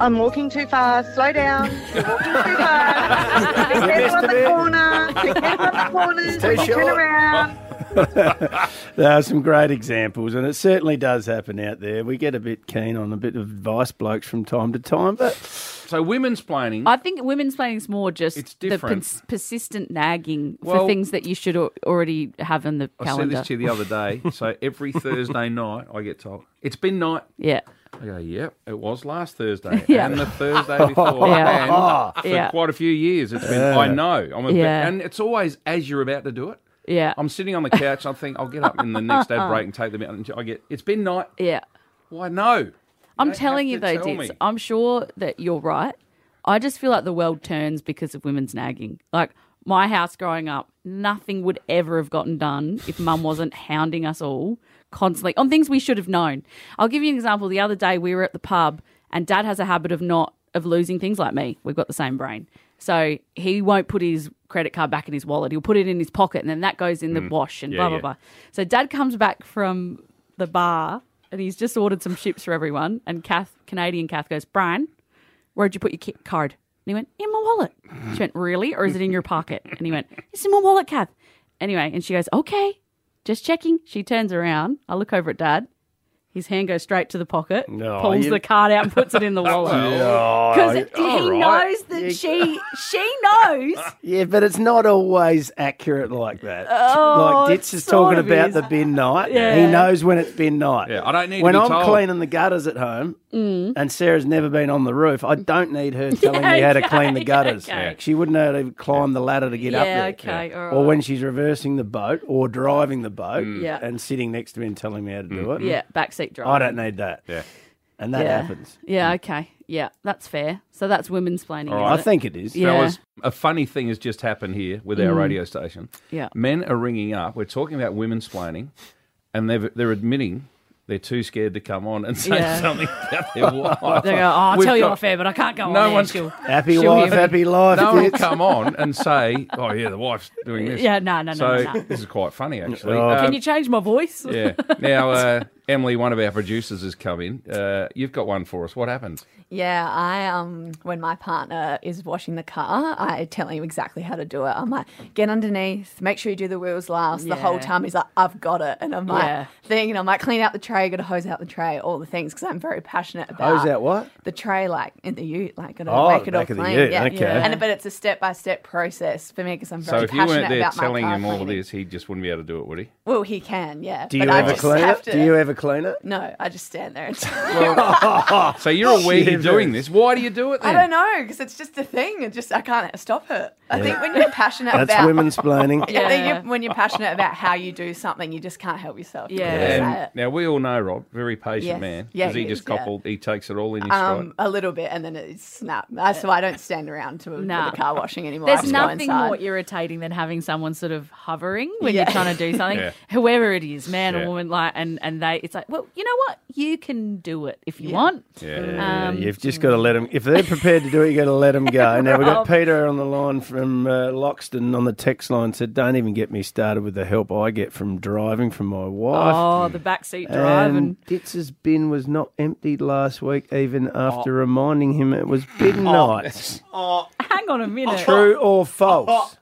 S28: I'm walking too fast, slow down. You're walking too fast. Be careful on the corner. Be careful on the corner.
S29: too
S28: Turn
S29: short.
S28: around.
S6: there are some great examples, and it certainly does happen out there. We get a bit keen on a bit of advice blokes from time to time, but
S7: so women's planning.
S8: I think women's planning's more just
S7: It's
S8: the
S7: different.
S8: pers- persistent nagging
S7: Well-
S8: for things that you should al- already have in the
S7: I said
S8: calendar.
S7: this to you the other day. So every Thursday night, I get told it's been night.
S8: Yeah.
S7: I go, yep, it was last Thursday
S8: Yeah.
S7: and the Thursday before,
S8: Yeah.
S7: and for
S8: Yeah.
S7: quite a few years, it's been.
S1: Yeah.
S7: I know, I'm a
S1: Yeah.
S7: bit, and it's always as you're about to do it.
S8: Yeah.
S7: I'm sitting on the couch. I think I'll get up in the next ad break and take them out. And I get it's been night.
S8: Yeah.
S7: Why no?
S8: I'm
S7: don't
S8: telling
S7: have
S8: you
S7: to
S8: though,
S7: tell
S8: Dix,
S7: me.
S8: I'm sure that you're right. I just feel like the world turns because of women's nagging. Like my house growing up, nothing would ever have gotten done if mum wasn't hounding us all constantly on things we should have known. I'll give you an example. The other day we were at the pub and dad has a habit of not of losing things like me. We've got the same brain. So he won't put his credit card back in his wallet. He'll put it in his pocket and then that goes in the
S30: Mm.
S8: wash and
S30: Yeah,
S8: blah blah
S30: yeah.
S8: blah. So dad comes back from the bar and he's just ordered some chips for everyone. And Kath, Canadian Kath, goes, Brian, where'd you put your ki- card? And he went, in my wallet. She went, really? Or is it in your pocket? And he went, it's in my wallet, Kath. Anyway, and she goes, okay, just checking. She turns around. I look over at dad. His hand goes straight to the pocket,
S6: No,
S8: pulls
S6: you-
S8: the card out and puts it in the wallet.
S6: Well,
S8: Because
S6: yeah,
S8: he
S6: all right.
S8: knows that she she knows.
S6: yeah, but it's not always accurate like that.
S8: Oh,
S6: like Ditch
S8: it
S6: is talking
S8: sort of
S6: about
S8: is.
S6: the bin night.
S8: Yeah.
S6: He knows when it's bin night.
S7: Yeah, I don't need to
S6: when
S7: be
S6: I'm
S7: told.
S6: cleaning the gutters at home,
S8: Mm.
S6: and Sarah's never been on the roof. I don't need her telling
S8: Yeah,
S6: me how to
S8: okay,
S6: clean the gutters.
S8: okay.
S6: She wouldn't know how to even climb the ladder to get up
S8: Yeah,
S6: there.
S8: okay, Yeah. all
S6: Or
S8: right.
S6: when she's reversing the boat or driving the boat
S8: Mm. Yeah.
S6: and sitting next to me and telling me how to do
S7: Mm.
S6: it.
S8: Yeah, backseat driver.
S6: I don't need that. Yeah. And that
S8: yeah.
S6: happens.
S8: Yeah, okay. Yeah, that's fair. So that's women's planning.
S7: All right.
S8: isn't Yeah.
S7: Fellas, a funny thing has just happened here with our
S8: Mm.
S7: radio station.
S8: Yeah.
S7: Men are ringing up. We're talking about women's planning, and they're, they're admitting they're too scared to come on and say
S8: Yeah.
S7: something about their wife.
S8: They go, "Oh, I'll
S7: We've
S8: tell you
S7: got-
S8: off air, but I can't go on
S7: no
S8: air.
S7: One's,
S8: She'll-
S6: Happy she'll wife, hear me." happy life,
S7: No one will
S6: Dits.
S7: come on and say, oh, yeah, the wife's doing this.
S8: Yeah, no, no, no,
S7: So
S8: no, no.
S7: this is quite funny, actually.
S6: Oh.
S7: Um,
S8: Can you change my voice?
S7: yeah. Now, uh, Emily, one of our producers has come in. Uh, you've got one for us. What happened?
S31: Yeah, I um when my partner is washing the car, I tell him exactly how to do it. I'm like, get underneath, make sure you do the wheels last the whole
S8: Yeah.
S31: time. He's like, I've got it, and I'm like,
S8: Yeah.
S31: thinking, I'm like, clean out the tray, got to hose out the tray, all the things because I'm very passionate about.
S6: Hose out Oh, what?
S31: The tray, like in the ute, like got to
S6: Oh,
S31: make
S6: the
S31: it all
S6: back of the
S31: clean.
S6: ute,
S31: yeah,
S6: okay. Yeah.
S31: And but it's a step by step process for me because I'm
S7: So
S31: very
S7: if you
S31: passionate
S7: weren't there
S31: about
S7: telling
S31: my car
S7: him all of
S31: cleaning.
S7: this, he just wouldn't be able to do it, would he?
S31: Well, he can, yeah.
S7: Do
S31: uh, but
S7: you
S31: I
S7: ever
S31: just
S7: clean
S31: have
S7: it?
S31: to-
S7: Do you
S6: ever clean it?
S31: No, I just stand there. And
S7: so you're aware you're
S31: Shivers.
S7: doing this. Why do you do it
S31: I don't
S7: then?
S31: know because it's just a thing. It just I can't stop it. I
S6: Yeah.
S31: think when you're passionate
S6: That's
S31: about
S6: women's planning.
S31: Yeah, I think
S8: Yeah.
S31: you- when you're passionate about how you do something, you just can't help yourself. You
S8: Yeah.
S31: gotta
S7: And
S31: say it.
S7: now we all know Rob, very patient
S31: Yes.
S7: man.
S31: Yeah,
S7: Because he
S31: he
S7: just
S31: is, yeah.
S7: coupled, he takes it all in his
S31: Um, a little bit, and then it's snap. Uh, so I don't stand around to
S8: Nah.
S31: for the car washing anymore. I
S8: There's
S31: just go
S8: nothing
S31: inside.
S8: more irritating than having someone sort of hovering when
S31: Yeah.
S8: you're trying to do something,
S31: Yeah.
S8: whoever it is, man
S31: Yeah.
S8: or woman, like, and and they, it's like, well, you know what, you can do it if you
S31: Yeah.
S8: want.
S6: Yeah,
S8: Um,
S6: you've just got to let them. If they're prepared to do it, you got to let them go. Now we've
S31: Oh.
S6: got
S8: Rob.
S6: Peter on the line from uh, Loxton on the text line said, "Don't even get me started with the help I get from driving from my wife."
S8: Oh, the backseat
S6: Um,
S8: drive and.
S6: And Ditz's bin was not emptied last week, even after
S31: Oh.
S6: reminding him it was bin night.
S8: Oh, hang on a minute.
S6: True or false?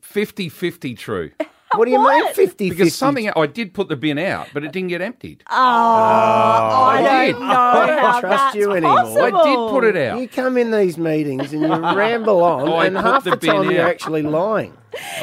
S7: 50 50 true.
S6: What do you mean 50
S7: Because something I did put the bin out, but it didn't get emptied.
S8: Oh, I
S7: did.
S6: don't know how
S7: trust
S6: that's you anymore.
S7: I did put it out.
S6: You come in these meetings and you ramble on,
S7: Oh, I
S6: and
S7: put
S6: half
S7: the
S6: the,
S7: bin
S6: time you're
S7: out.
S6: actually lying.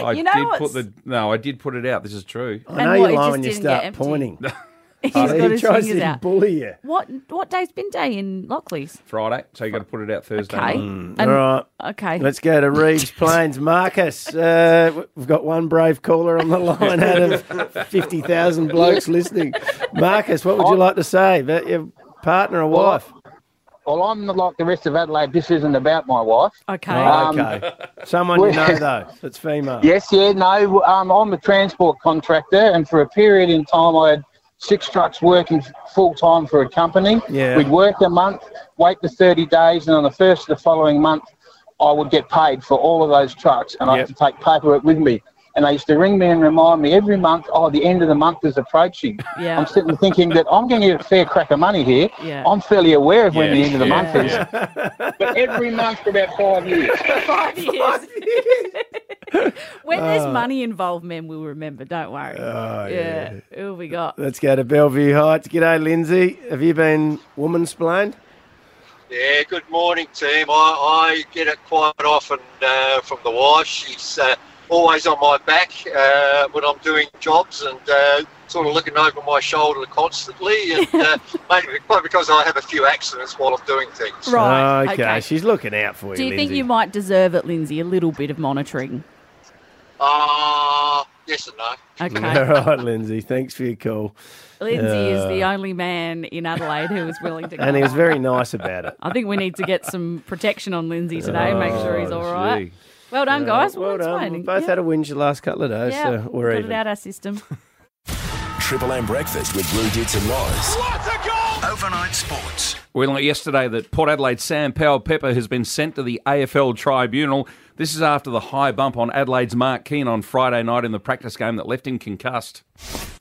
S7: I
S8: You know
S7: did
S8: what's-
S7: put the no. I did put it out. This is true.
S6: I know
S8: what,
S6: you're
S8: it
S6: lying
S8: just
S6: when you
S8: didn't get
S6: start
S8: emptied?
S6: pointing.
S8: He's
S6: Oh,
S8: got
S6: he
S8: his
S6: tries
S8: fingers
S6: to
S8: out.
S6: bully you.
S8: What what day's bin day in Lockley's?
S7: Friday, so you got to put it out Thursday.
S8: Okay.
S7: night.
S8: And-
S6: All right.
S8: Okay.
S6: Let's go to Reeves Plains. Marcus, uh, w- we've got one brave caller on the line out of 50,000 blokes listening. Marcus, what would you
S32: Oh.
S6: like to say about your partner or wife?
S32: Well, I'm not like the rest of Adelaide. This isn't about my wife.
S8: Okay.
S32: Um,
S6: Oh, okay. Someone you know, though, that's female.
S32: Yes, yeah, no. Um, I'm a transport contractor, and for a period in time, I had six trucks working full time for a company.
S6: Yeah.
S32: We'd work a month, wait the 30 days, and on the first of the following month, I would get paid for all of those trucks, and I had to take paperwork with me. And they used to ring me and remind me every month, oh, the end of the month is approaching.
S8: Yeah.
S32: I'm sitting thinking that I'm going to get a fair crack of money here.
S8: Yeah.
S32: I'm fairly aware of when
S7: Yeah,
S32: the end of the
S7: yeah,
S32: month is. But every month for about five years.
S8: Five years. when there's money involved, men will remember. Don't worry.
S6: Uh, Oh,
S8: yeah. Who have we got?
S6: Let's go to Bellevue Heights. G'day, Lindsay. Have you been woman splained?
S14: Yeah, good morning, team. I, I get it quite often uh, from the wife. She's uh, always on my back uh, when I'm doing jobs and uh, sort of looking over my shoulder constantly, and uh, mainly probably because I have a few accidents while I'm doing things.
S8: Right,
S6: Okay.
S8: okay.
S6: She's looking out for you.
S8: Do you think
S6: Lindsay.
S8: you might deserve it, Lindsay? A little bit of monitoring.
S14: Ah, yes and no.
S8: Okay.
S6: All right, Lindsay. Thanks for your call.
S8: Lindsay is the
S6: Uh,
S8: only man in Adelaide who is willing to.
S6: And he was very nice about it.
S8: I think we need to get some protection on Lindsay today. make sure he's all right.
S6: Oh,
S7: Oh,
S6: gee.
S8: Oh, Well done, guys.
S6: Uh, well
S8: Woman's
S6: done.
S8: fighting.
S6: We've both
S8: Yeah.
S6: had a whinge the last couple of days,
S8: Yeah,
S6: so we're
S8: got
S6: even.
S8: it out our system.
S26: Triple M breakfast with Blue Dits and Laws.
S24: Overnight sports.
S7: We learned yesterday that Port Adelaide Sam Powell Pepper has been sent to the AFL tribunal. This is after the high bump on Adelaide's Mark Keane on Friday night in the practice game that left him concussed.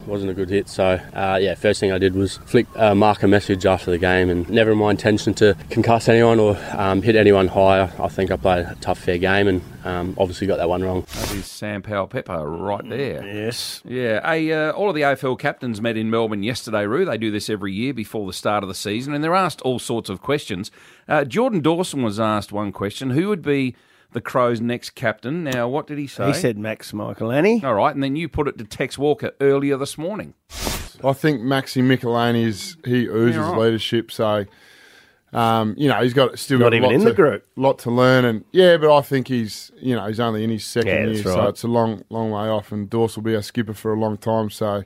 S15: wasn't a good hit. So uh, yeah, first thing I did was flick uh, Mark a message after the game, and never my intention to concuss anyone or um, hit anyone higher. I think I played a tough, fair game, and um, obviously got that one wrong.
S7: That is Sam Powell Pepper right there.
S6: Yes.
S7: Yeah. A, uh, all of the AFL captains met in Melbourne yesterday, Roo. They do this every year before the start of the season, and they're asked all sorts of questions. Uh, Jordan Dawson was asked one question Who would be the Crows' next captain? Now, what did he say?
S6: He said Max Michaelani.
S7: All right, and then you put it to Tex Walker earlier this morning.
S9: I think Maxi Michelani is he oozes
S7: Yeah, right.
S9: leadership, so um, you know he's got still
S6: Not
S9: got
S6: even
S9: a lot
S6: in
S9: to,
S6: the group.
S9: lot to learn, and yeah, but I think he's you know he's only in his second
S6: Yeah,
S9: year,
S6: that's
S9: so
S6: right.
S9: it's a long long way off, and Dorse will be our skipper for a long time, so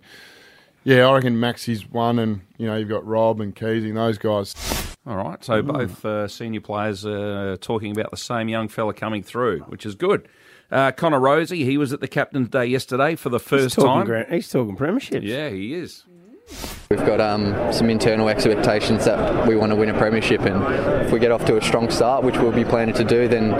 S9: yeah, I reckon Maxi's one, and you know you've got Rob and Keezy and those guys.
S7: All right,
S6: Hmm.
S7: so both uh, senior players uh, talking about the same young fella coming through, which is good. Uh, Connor Rosie, he was at the captain's day yesterday for the
S6: He's
S7: first
S6: talking
S7: time.
S6: grand- he's talking premierships.
S7: Yeah, he is.
S17: We've got um, some internal expectations that we want to win a premiership, and if we get off to a strong start, which we'll be planning to do, then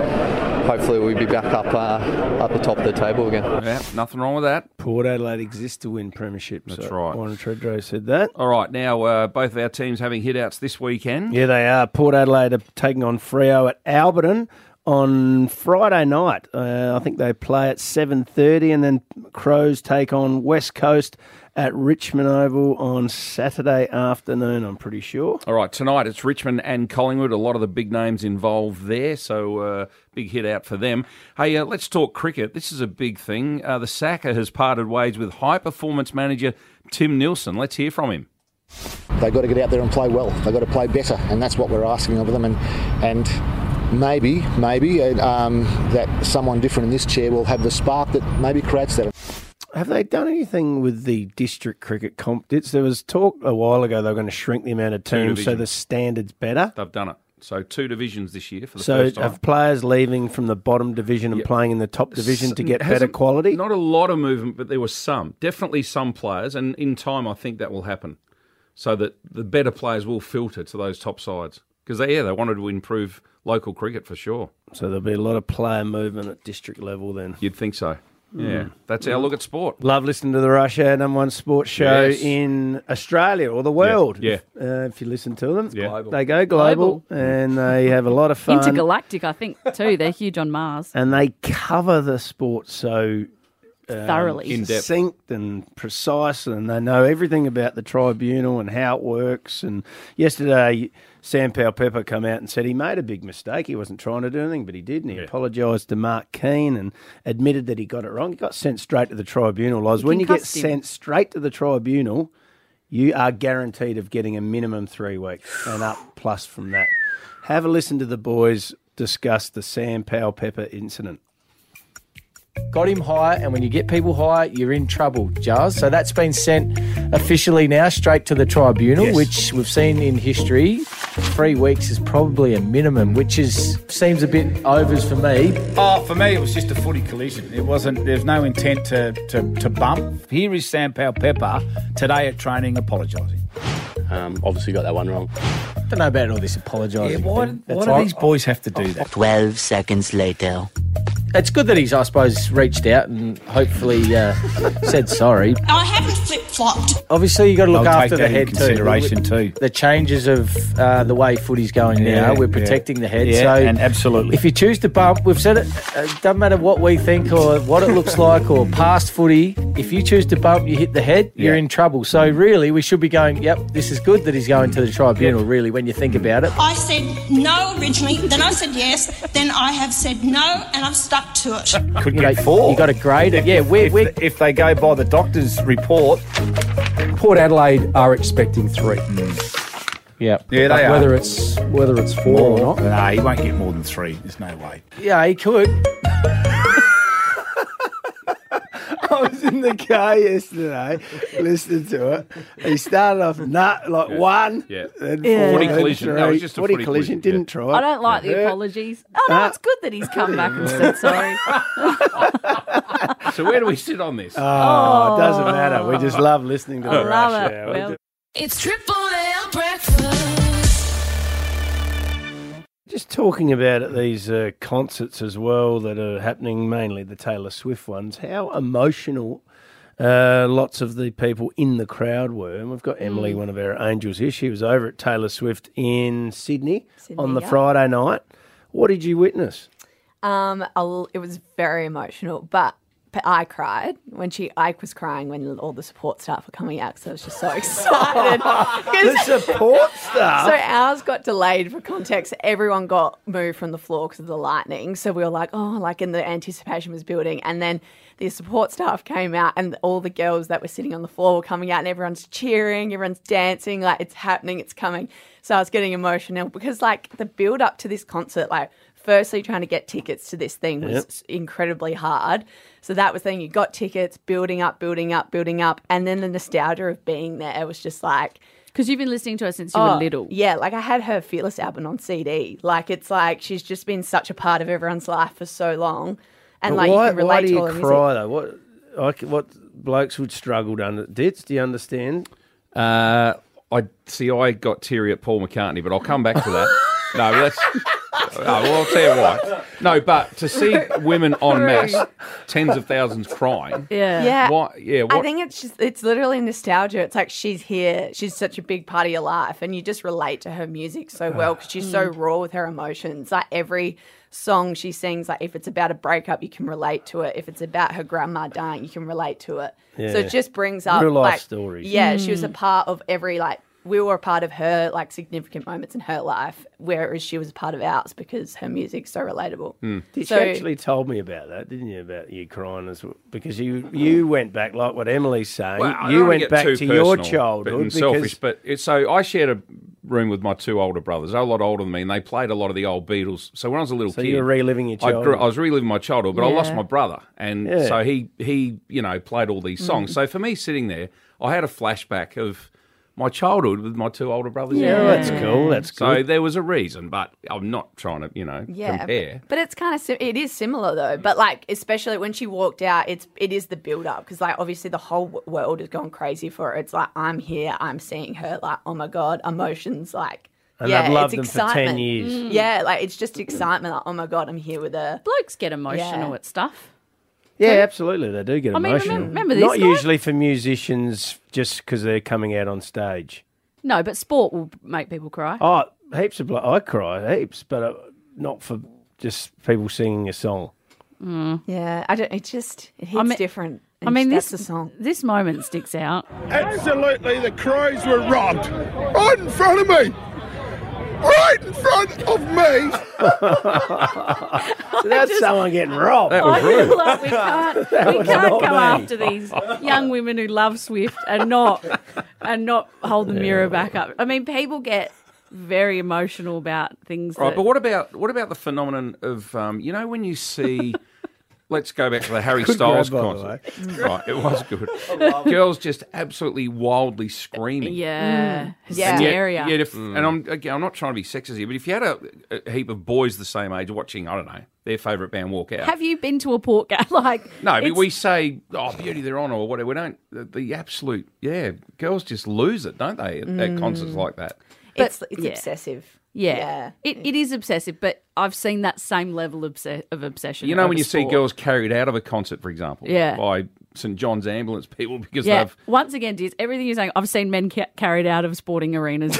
S17: hopefully we'll be back up uh, up the top of the table again.
S7: Yeah, nothing wrong with that.
S6: Port Adelaide exists to win premierships.
S7: That's
S6: so
S7: right.
S6: Warren Treadrow said that.
S7: All right, now uh, both of our teams having hitouts this weekend.
S6: Yeah, they are. Port Adelaide are taking on Frio at Alberton on Friday night. Uh, I think they play at seven thirty, and then Crows take on West Coast at Richmond Oval on Saturday afternoon. I'm pretty sure.
S7: All right, tonight it's Richmond and Collingwood. A lot of the big names involved there, so uh, big hit out for them. Hey, uh, let's talk cricket. This is a big thing. Uh, the Sacker has parted ways with high performance manager Tim Nilsson. Let's hear from him.
S30: They've got to get out there and play well. They've got to play better, and that's what we're asking of them. And and maybe, maybe uh, um, that someone different in this chair will have the spark that maybe creates that.
S6: Have they done anything with the district cricket comp? Dits? There was talk a while ago they were going to shrink the amount of teams so
S7: divisions.
S6: the standards better.
S7: They've done it. So two divisions this year for the
S6: So
S7: first time.
S6: have players leaving from the bottom division and playing in the top division to get better
S7: Hasn't-
S6: quality?
S7: Not a lot of movement, but there was some. Definitely some players, and in time, I think that will happen, so that the better players will filter to those top sides because they, yeah, they wanted to improve local cricket for sure.
S6: So there'll be a lot of player movement at district level then.
S7: You'd think so. Yeah,
S6: Mm.
S7: that's our look at sport.
S6: Love listening to the Rush Hour number one sports show
S7: Yes.
S6: in Australia or the world.
S7: yeah.
S6: If, uh, if you listen to them,
S7: global.
S6: they go global, and they have a lot of fun.
S8: Intergalactic, I think, too. They're huge on Mars.
S6: and they cover the sport so um,
S8: Thoroughly. In depth.
S6: succinct and precise, and they know everything about the tribunal and how it works. And yesterday, Sam Powell Pepper come out and said he made a big mistake. He wasn't trying to do anything, but he did, and he apologised to Mark Keane and admitted that he got it wrong. He got sent straight to the tribunal. Loz, when you get
S8: concussed him.
S6: sent straight to the tribunal, you are guaranteed of getting a minimum three weeks and up plus from that. Have a listen to the boys discuss the Sam Powell Pepper incident.
S18: Got him higher, and when you get people higher, you're in trouble, Jars. So that's been sent officially now straight to the tribunal,
S19: Yes.
S18: which we've seen in history. Three weeks is probably a minimum, which is seems a bit overs for me.
S19: Oh, for me, it was just a footy collision. It wasn't. There's was no intent to, to, to bump. Here is Sam Powell Pepper today at training apologising.
S15: Um, obviously got that one wrong.
S18: Don't know about all this apologising.
S15: why-
S18: thing.
S15: why
S18: That's
S15: do
S18: all-
S15: these
S18: boys have to do that?
S20: 12 seconds later.
S18: It's good that he's, I suppose, reached out and hopefully uh, said sorry.
S20: I haven't flip flopped.
S18: Obviously, you got to look
S19: They'll take
S18: after
S19: that
S18: the
S19: in
S18: head too.
S19: consideration
S18: too. The changes of uh, the way footy's going
S19: Yeah,
S18: now, we're
S19: yeah.
S18: protecting the head.
S19: Yeah,
S18: so
S19: and absolutely.
S18: if you choose to bump, we've said it. It doesn't matter what we think or what it looks like or past footy. If you choose to bump, you hit the head, you're
S19: Yeah.
S18: in trouble. So really, we should be going. Yep, this is good that he's going to the tribunal. Really, when you think about it.
S20: I said no originally, then I said yes, then I have said no, and I've stuck to it.
S19: Could
S18: Oh, You
S19: get
S18: know,
S19: four.
S18: you gotta grade it. Yeah, we're-
S19: if,
S18: we're-
S19: if they go by the doctor's report,
S21: Port Adelaide are expecting three.
S19: Mm.
S18: Yeah,
S19: yeah,
S21: But
S19: they are.
S21: whether it's whether it's four or not.
S19: No, he won't get more than three. There's no way.
S18: Yeah, he could.
S6: I was in the car yesterday listening to it. He started off nut like one.
S7: Yeah.
S6: Then
S7: Yeah.
S6: four,
S7: Footy
S6: then
S7: collision. No, it was
S6: three.
S7: just a
S6: footy,
S7: footy
S6: collision.
S7: collision,
S6: Didn't try.
S8: I don't like the
S6: Yeah.
S8: apologies. Oh no,
S6: Ah.
S8: it's good that he's come back and said sorry.
S7: So where do we sit on this?
S6: Oh, it doesn't matter. We just love listening to
S7: I
S6: the
S7: love
S6: rush.
S7: it.
S6: hour.
S7: Well-
S16: It's Triple L breakfast.
S6: Just talking about at these uh, concerts as well that are happening, mainly the Taylor Swift ones, how emotional uh, lots of the people in the crowd were. And we've got Emily,
S22: Mm.
S6: one of our angels here. She was over at Taylor Swift in Sydney,
S31: Sydney,
S6: on the
S31: yeah.
S6: Friday night. What did you witness?
S31: Um, a l- it was very emotional, but p- I cried when she. I was crying when all the support staff were coming out because I was just so excited. 'Cause-
S6: the support staff.
S31: So ours got delayed for context. Everyone got moved from the floor because of the lightning. So we were like, oh, like, and the anticipation was building. And then the support staff came out, and all the girls that were sitting on the floor were coming out, and everyone's cheering, everyone's dancing, like it's happening, it's coming. So I was getting emotional because, like, the build up to this concert, like, firstly trying to get tickets to this thing was
S33: Yep.
S31: s- incredibly hard. So that was the thing. You got tickets, building up, building up, building up, and then the nostalgia of being there was just like
S8: Because you've been listening to her since
S6: Oh,
S8: you were little.
S31: Oh, yeah, like I had her Fearless album on CD. Like it's like she's just been such a part of everyone's life for so long, and
S6: But
S31: like
S6: why,
S31: you can relate
S6: why do
S31: to
S6: you
S31: all
S6: cry
S31: the music.
S6: though? What, like, what blokes would struggle to under? Dits, do you understand?
S7: Uh, I see. I got teary at Paul McCartney, but I'll come back to that. no, but that's. No, well, I'll tell you why. No, but to see women en masse, tens of thousands crying.
S31: Yeah, yeah.
S7: Why, yeah. What,
S31: I think it's just it's literally nostalgia. It's like she's here. She's such a big part of your life, and you just relate to her music so well because she's so
S20: Mm.
S31: raw with her emotions. Like every song she sings, like if it's about a breakup, you can relate to it. If it's about her grandma dying, you can relate to it. So
S6: Yeah.
S31: it just brings up
S6: Real life
S31: like,
S6: stories.
S31: Yeah, she was a
S6: Mm.
S31: part of every like we were a part of her like significant moments in her life, whereas she was a part of ours because her music's so relatable.
S6: Did
S31: So-
S6: you actually told me about that, didn't you? About you crying as well, because you you went back like what Emily's saying.
S7: Well, I don't
S6: you
S7: wanna
S6: went
S7: get
S6: back to
S7: too
S6: your
S7: personal,
S6: childhood
S7: but- and
S6: because
S7: selfish, but it, so I shared a room with my two older brothers. They're a lot older than me, and they played a lot of the old Beatles. So when I was a little
S6: So
S7: kid,
S6: you were reliving your
S7: I, grew,
S6: childhood.
S7: I was reliving my childhood, but I lost
S6: Yeah.
S7: my brother, and
S6: Yeah.
S7: so he he you know played all these songs.
S6: Mm.
S7: So for me sitting there, I had a flashback of. My childhood with my two older brothers.
S6: Yeah, that's cool, that's
S7: So
S6: good.
S7: there was a reason, but I'm not trying to, you know, compare.
S31: But, but it's kind of sim- it is similar though. But like especially when she walked out, it's it is the build up because like obviously the whole w- world has gone crazy for her. It's like I'm here, I'm seeing her. Like oh my god, emotions like.
S6: And
S31: yeah,
S6: they've loved
S31: it's
S6: them for 10
S31: excitement.
S6: years. Mm.
S31: Yeah, like it's just excitement. Like, oh my god, I'm here with her.
S8: Blokes get emotional at stuff.
S6: yeah, absolutely, they do get
S8: I mean, remem-
S6: emotional.
S8: remember this
S6: Not
S8: guy?
S6: usually for musicians, just because they're coming out on stage.
S8: No, but sport will make people cry.
S6: Oh, heaps of blo- I cry heaps, but uh, not for just people singing a song.
S31: Yeah, I don't. It just it hits
S8: mean-
S31: different.
S8: I mean,
S31: That's
S8: this
S31: the song.
S8: this moment sticks out.
S27: Absolutely, the crows were robbed right in front of me. Right in front of me.
S6: That's someone getting robbed.
S7: Oh,
S8: That was I feel rude. like we can't-
S6: That
S8: we
S6: was
S8: can't
S6: not
S8: go
S6: me.
S8: after these young women who love Swift and not and not hold the mirror back up. I mean, people get very emotional about things.
S7: Right,
S8: that-
S7: but what about what about the phenomenon of um, you know when you see? let's go back to the Harry
S1: Good
S7: Styles
S1: grab, by the
S7: concert.
S1: way. It's
S7: Right, it was good.
S1: I love it.
S7: Girls just absolutely wildly screaming.
S8: Yeah. Mm.
S7: And yet-
S8: Hysteria.
S7: yet if-
S8: Mm.
S7: And I'm again, I'm not trying to be sexist here, but if you had a, a heap of boys the same age watching, I don't know, their favourite band walk out.
S8: have you been to a port gate? Like
S7: no, but
S8: it's-
S7: we say, oh, beauty, they're on, or whatever. We don't, the, the absolute, yeah, girls just lose it, don't they, at, at
S31: Mm.
S7: concerts like that?
S8: But-
S31: it's it's
S8: yeah.
S31: obsessive.
S8: Yeah. It, it is obsessive, but I've seen that same level obse- of obsession.
S7: You know,
S8: over
S7: when you see
S8: sport.
S7: girls carried out of a concert, for example,
S8: Yeah.
S7: by St John's ambulance people because
S8: yeah.
S7: they've
S8: Once again, Diz, everything you're saying, I've seen men ca- carried out of sporting arenas,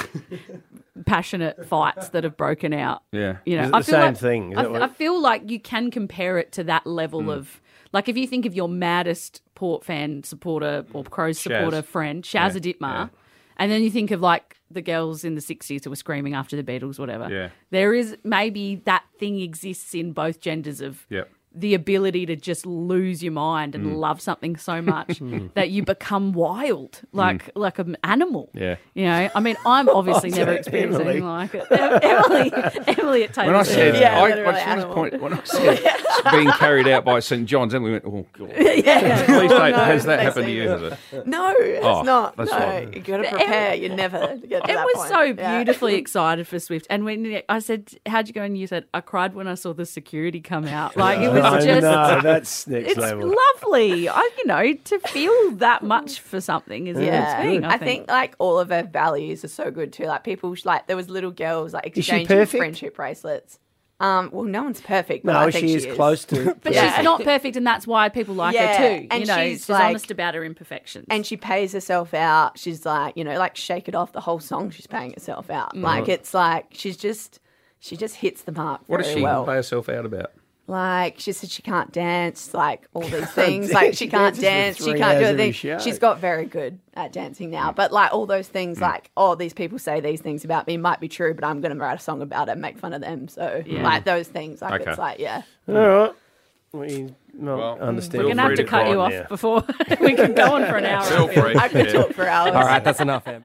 S8: passionate fights that have broken out.
S7: Yeah.
S8: You know,
S6: Is it the
S8: I feel
S6: same
S8: like,
S6: thing? Is
S8: I,
S6: that what-
S8: I feel like you can compare it to that level
S6: Mm.
S8: of, like, if you think of your maddest Port fan supporter or Crows
S6: Shaz.
S8: supporter friend, Shazza
S6: Yeah,
S8: Ditmar, and then you think of like the girls in the 60s who were screaming after the Beatles, whatever.
S7: Yeah.
S8: There is maybe that thing exists in both genders of
S7: Yep.
S8: the ability to just lose your mind and
S7: Mm.
S8: love something so much
S7: Mm.
S8: that you become wild, like like an animal.
S7: Yeah.
S8: You know, I mean, I'm obviously
S7: Oh,
S8: never
S7: to
S8: experienced
S7: Emily.
S8: anything like it. Emily, Emily at Taylor.
S7: When I said,
S8: Swift.
S7: I, I just want to point, when I said being carried out by St John's, and we went, oh, God.
S31: Yeah.
S7: Please
S31: Oh,
S7: don't,
S31: no,
S7: has that
S31: please
S7: happened to
S31: don't.
S7: you? Has it?
S31: No, it's
S7: Oh,
S31: not.
S7: that's
S31: no,
S7: right.
S31: you got to
S8: But
S31: prepare.
S8: every-
S31: You never get to
S8: It
S31: that
S8: was
S31: point.
S8: so
S31: Yeah.
S8: beautifully excited for Swift, and when I said, "How'd you go?" and you said, "I cried when I saw the security come out." Like it was
S6: No,
S8: just
S6: no, that's next
S8: it's
S6: level.
S8: lovely. I, you know, to feel that much for something is
S31: Yeah,
S8: a good thing.
S31: I, think like all of her values are so good too. Like people, sh- like there was little girls like
S8: Is she
S31: exchanging
S8: perfect?
S31: friendship bracelets. Um, well, no one's perfect. but
S6: No,
S31: I think
S6: she is close to
S8: But she's not perfect, and that's why people like her
S31: Yeah,
S8: too. You
S31: and
S8: know,
S31: she's
S8: she's,
S31: like-
S8: honest about her imperfections.
S31: And she pays herself out. She's like, you know, like shake it off. The whole song, she's paying herself out.
S7: Mm.
S31: Like
S7: Right.
S31: it's like she's just, she just hits the mark.
S7: What does
S31: very
S7: she
S31: well.
S7: play herself out about?
S31: Like she said, she can't dance. Like all these
S7: Can't
S31: things.
S7: dance.
S31: Like she
S7: She
S31: can't
S7: dances
S31: dance.
S7: for
S31: She
S7: three
S31: can't do
S7: hours
S31: a
S7: every
S31: thing.
S7: show.
S31: She's got very good at dancing now. But like all those things,
S6: Mm.
S31: like oh, these people say these things about me might be true, but I'm going to write a song about it and make fun of them. So
S6: Yeah.
S31: like those things, like
S6: Okay.
S31: it's like yeah.
S6: All right. We not understand.
S31: We're gonna have to cut you off
S8: before we can go on for an hour.
S31: I could talk for hours.
S10: All right, that's enough. Em.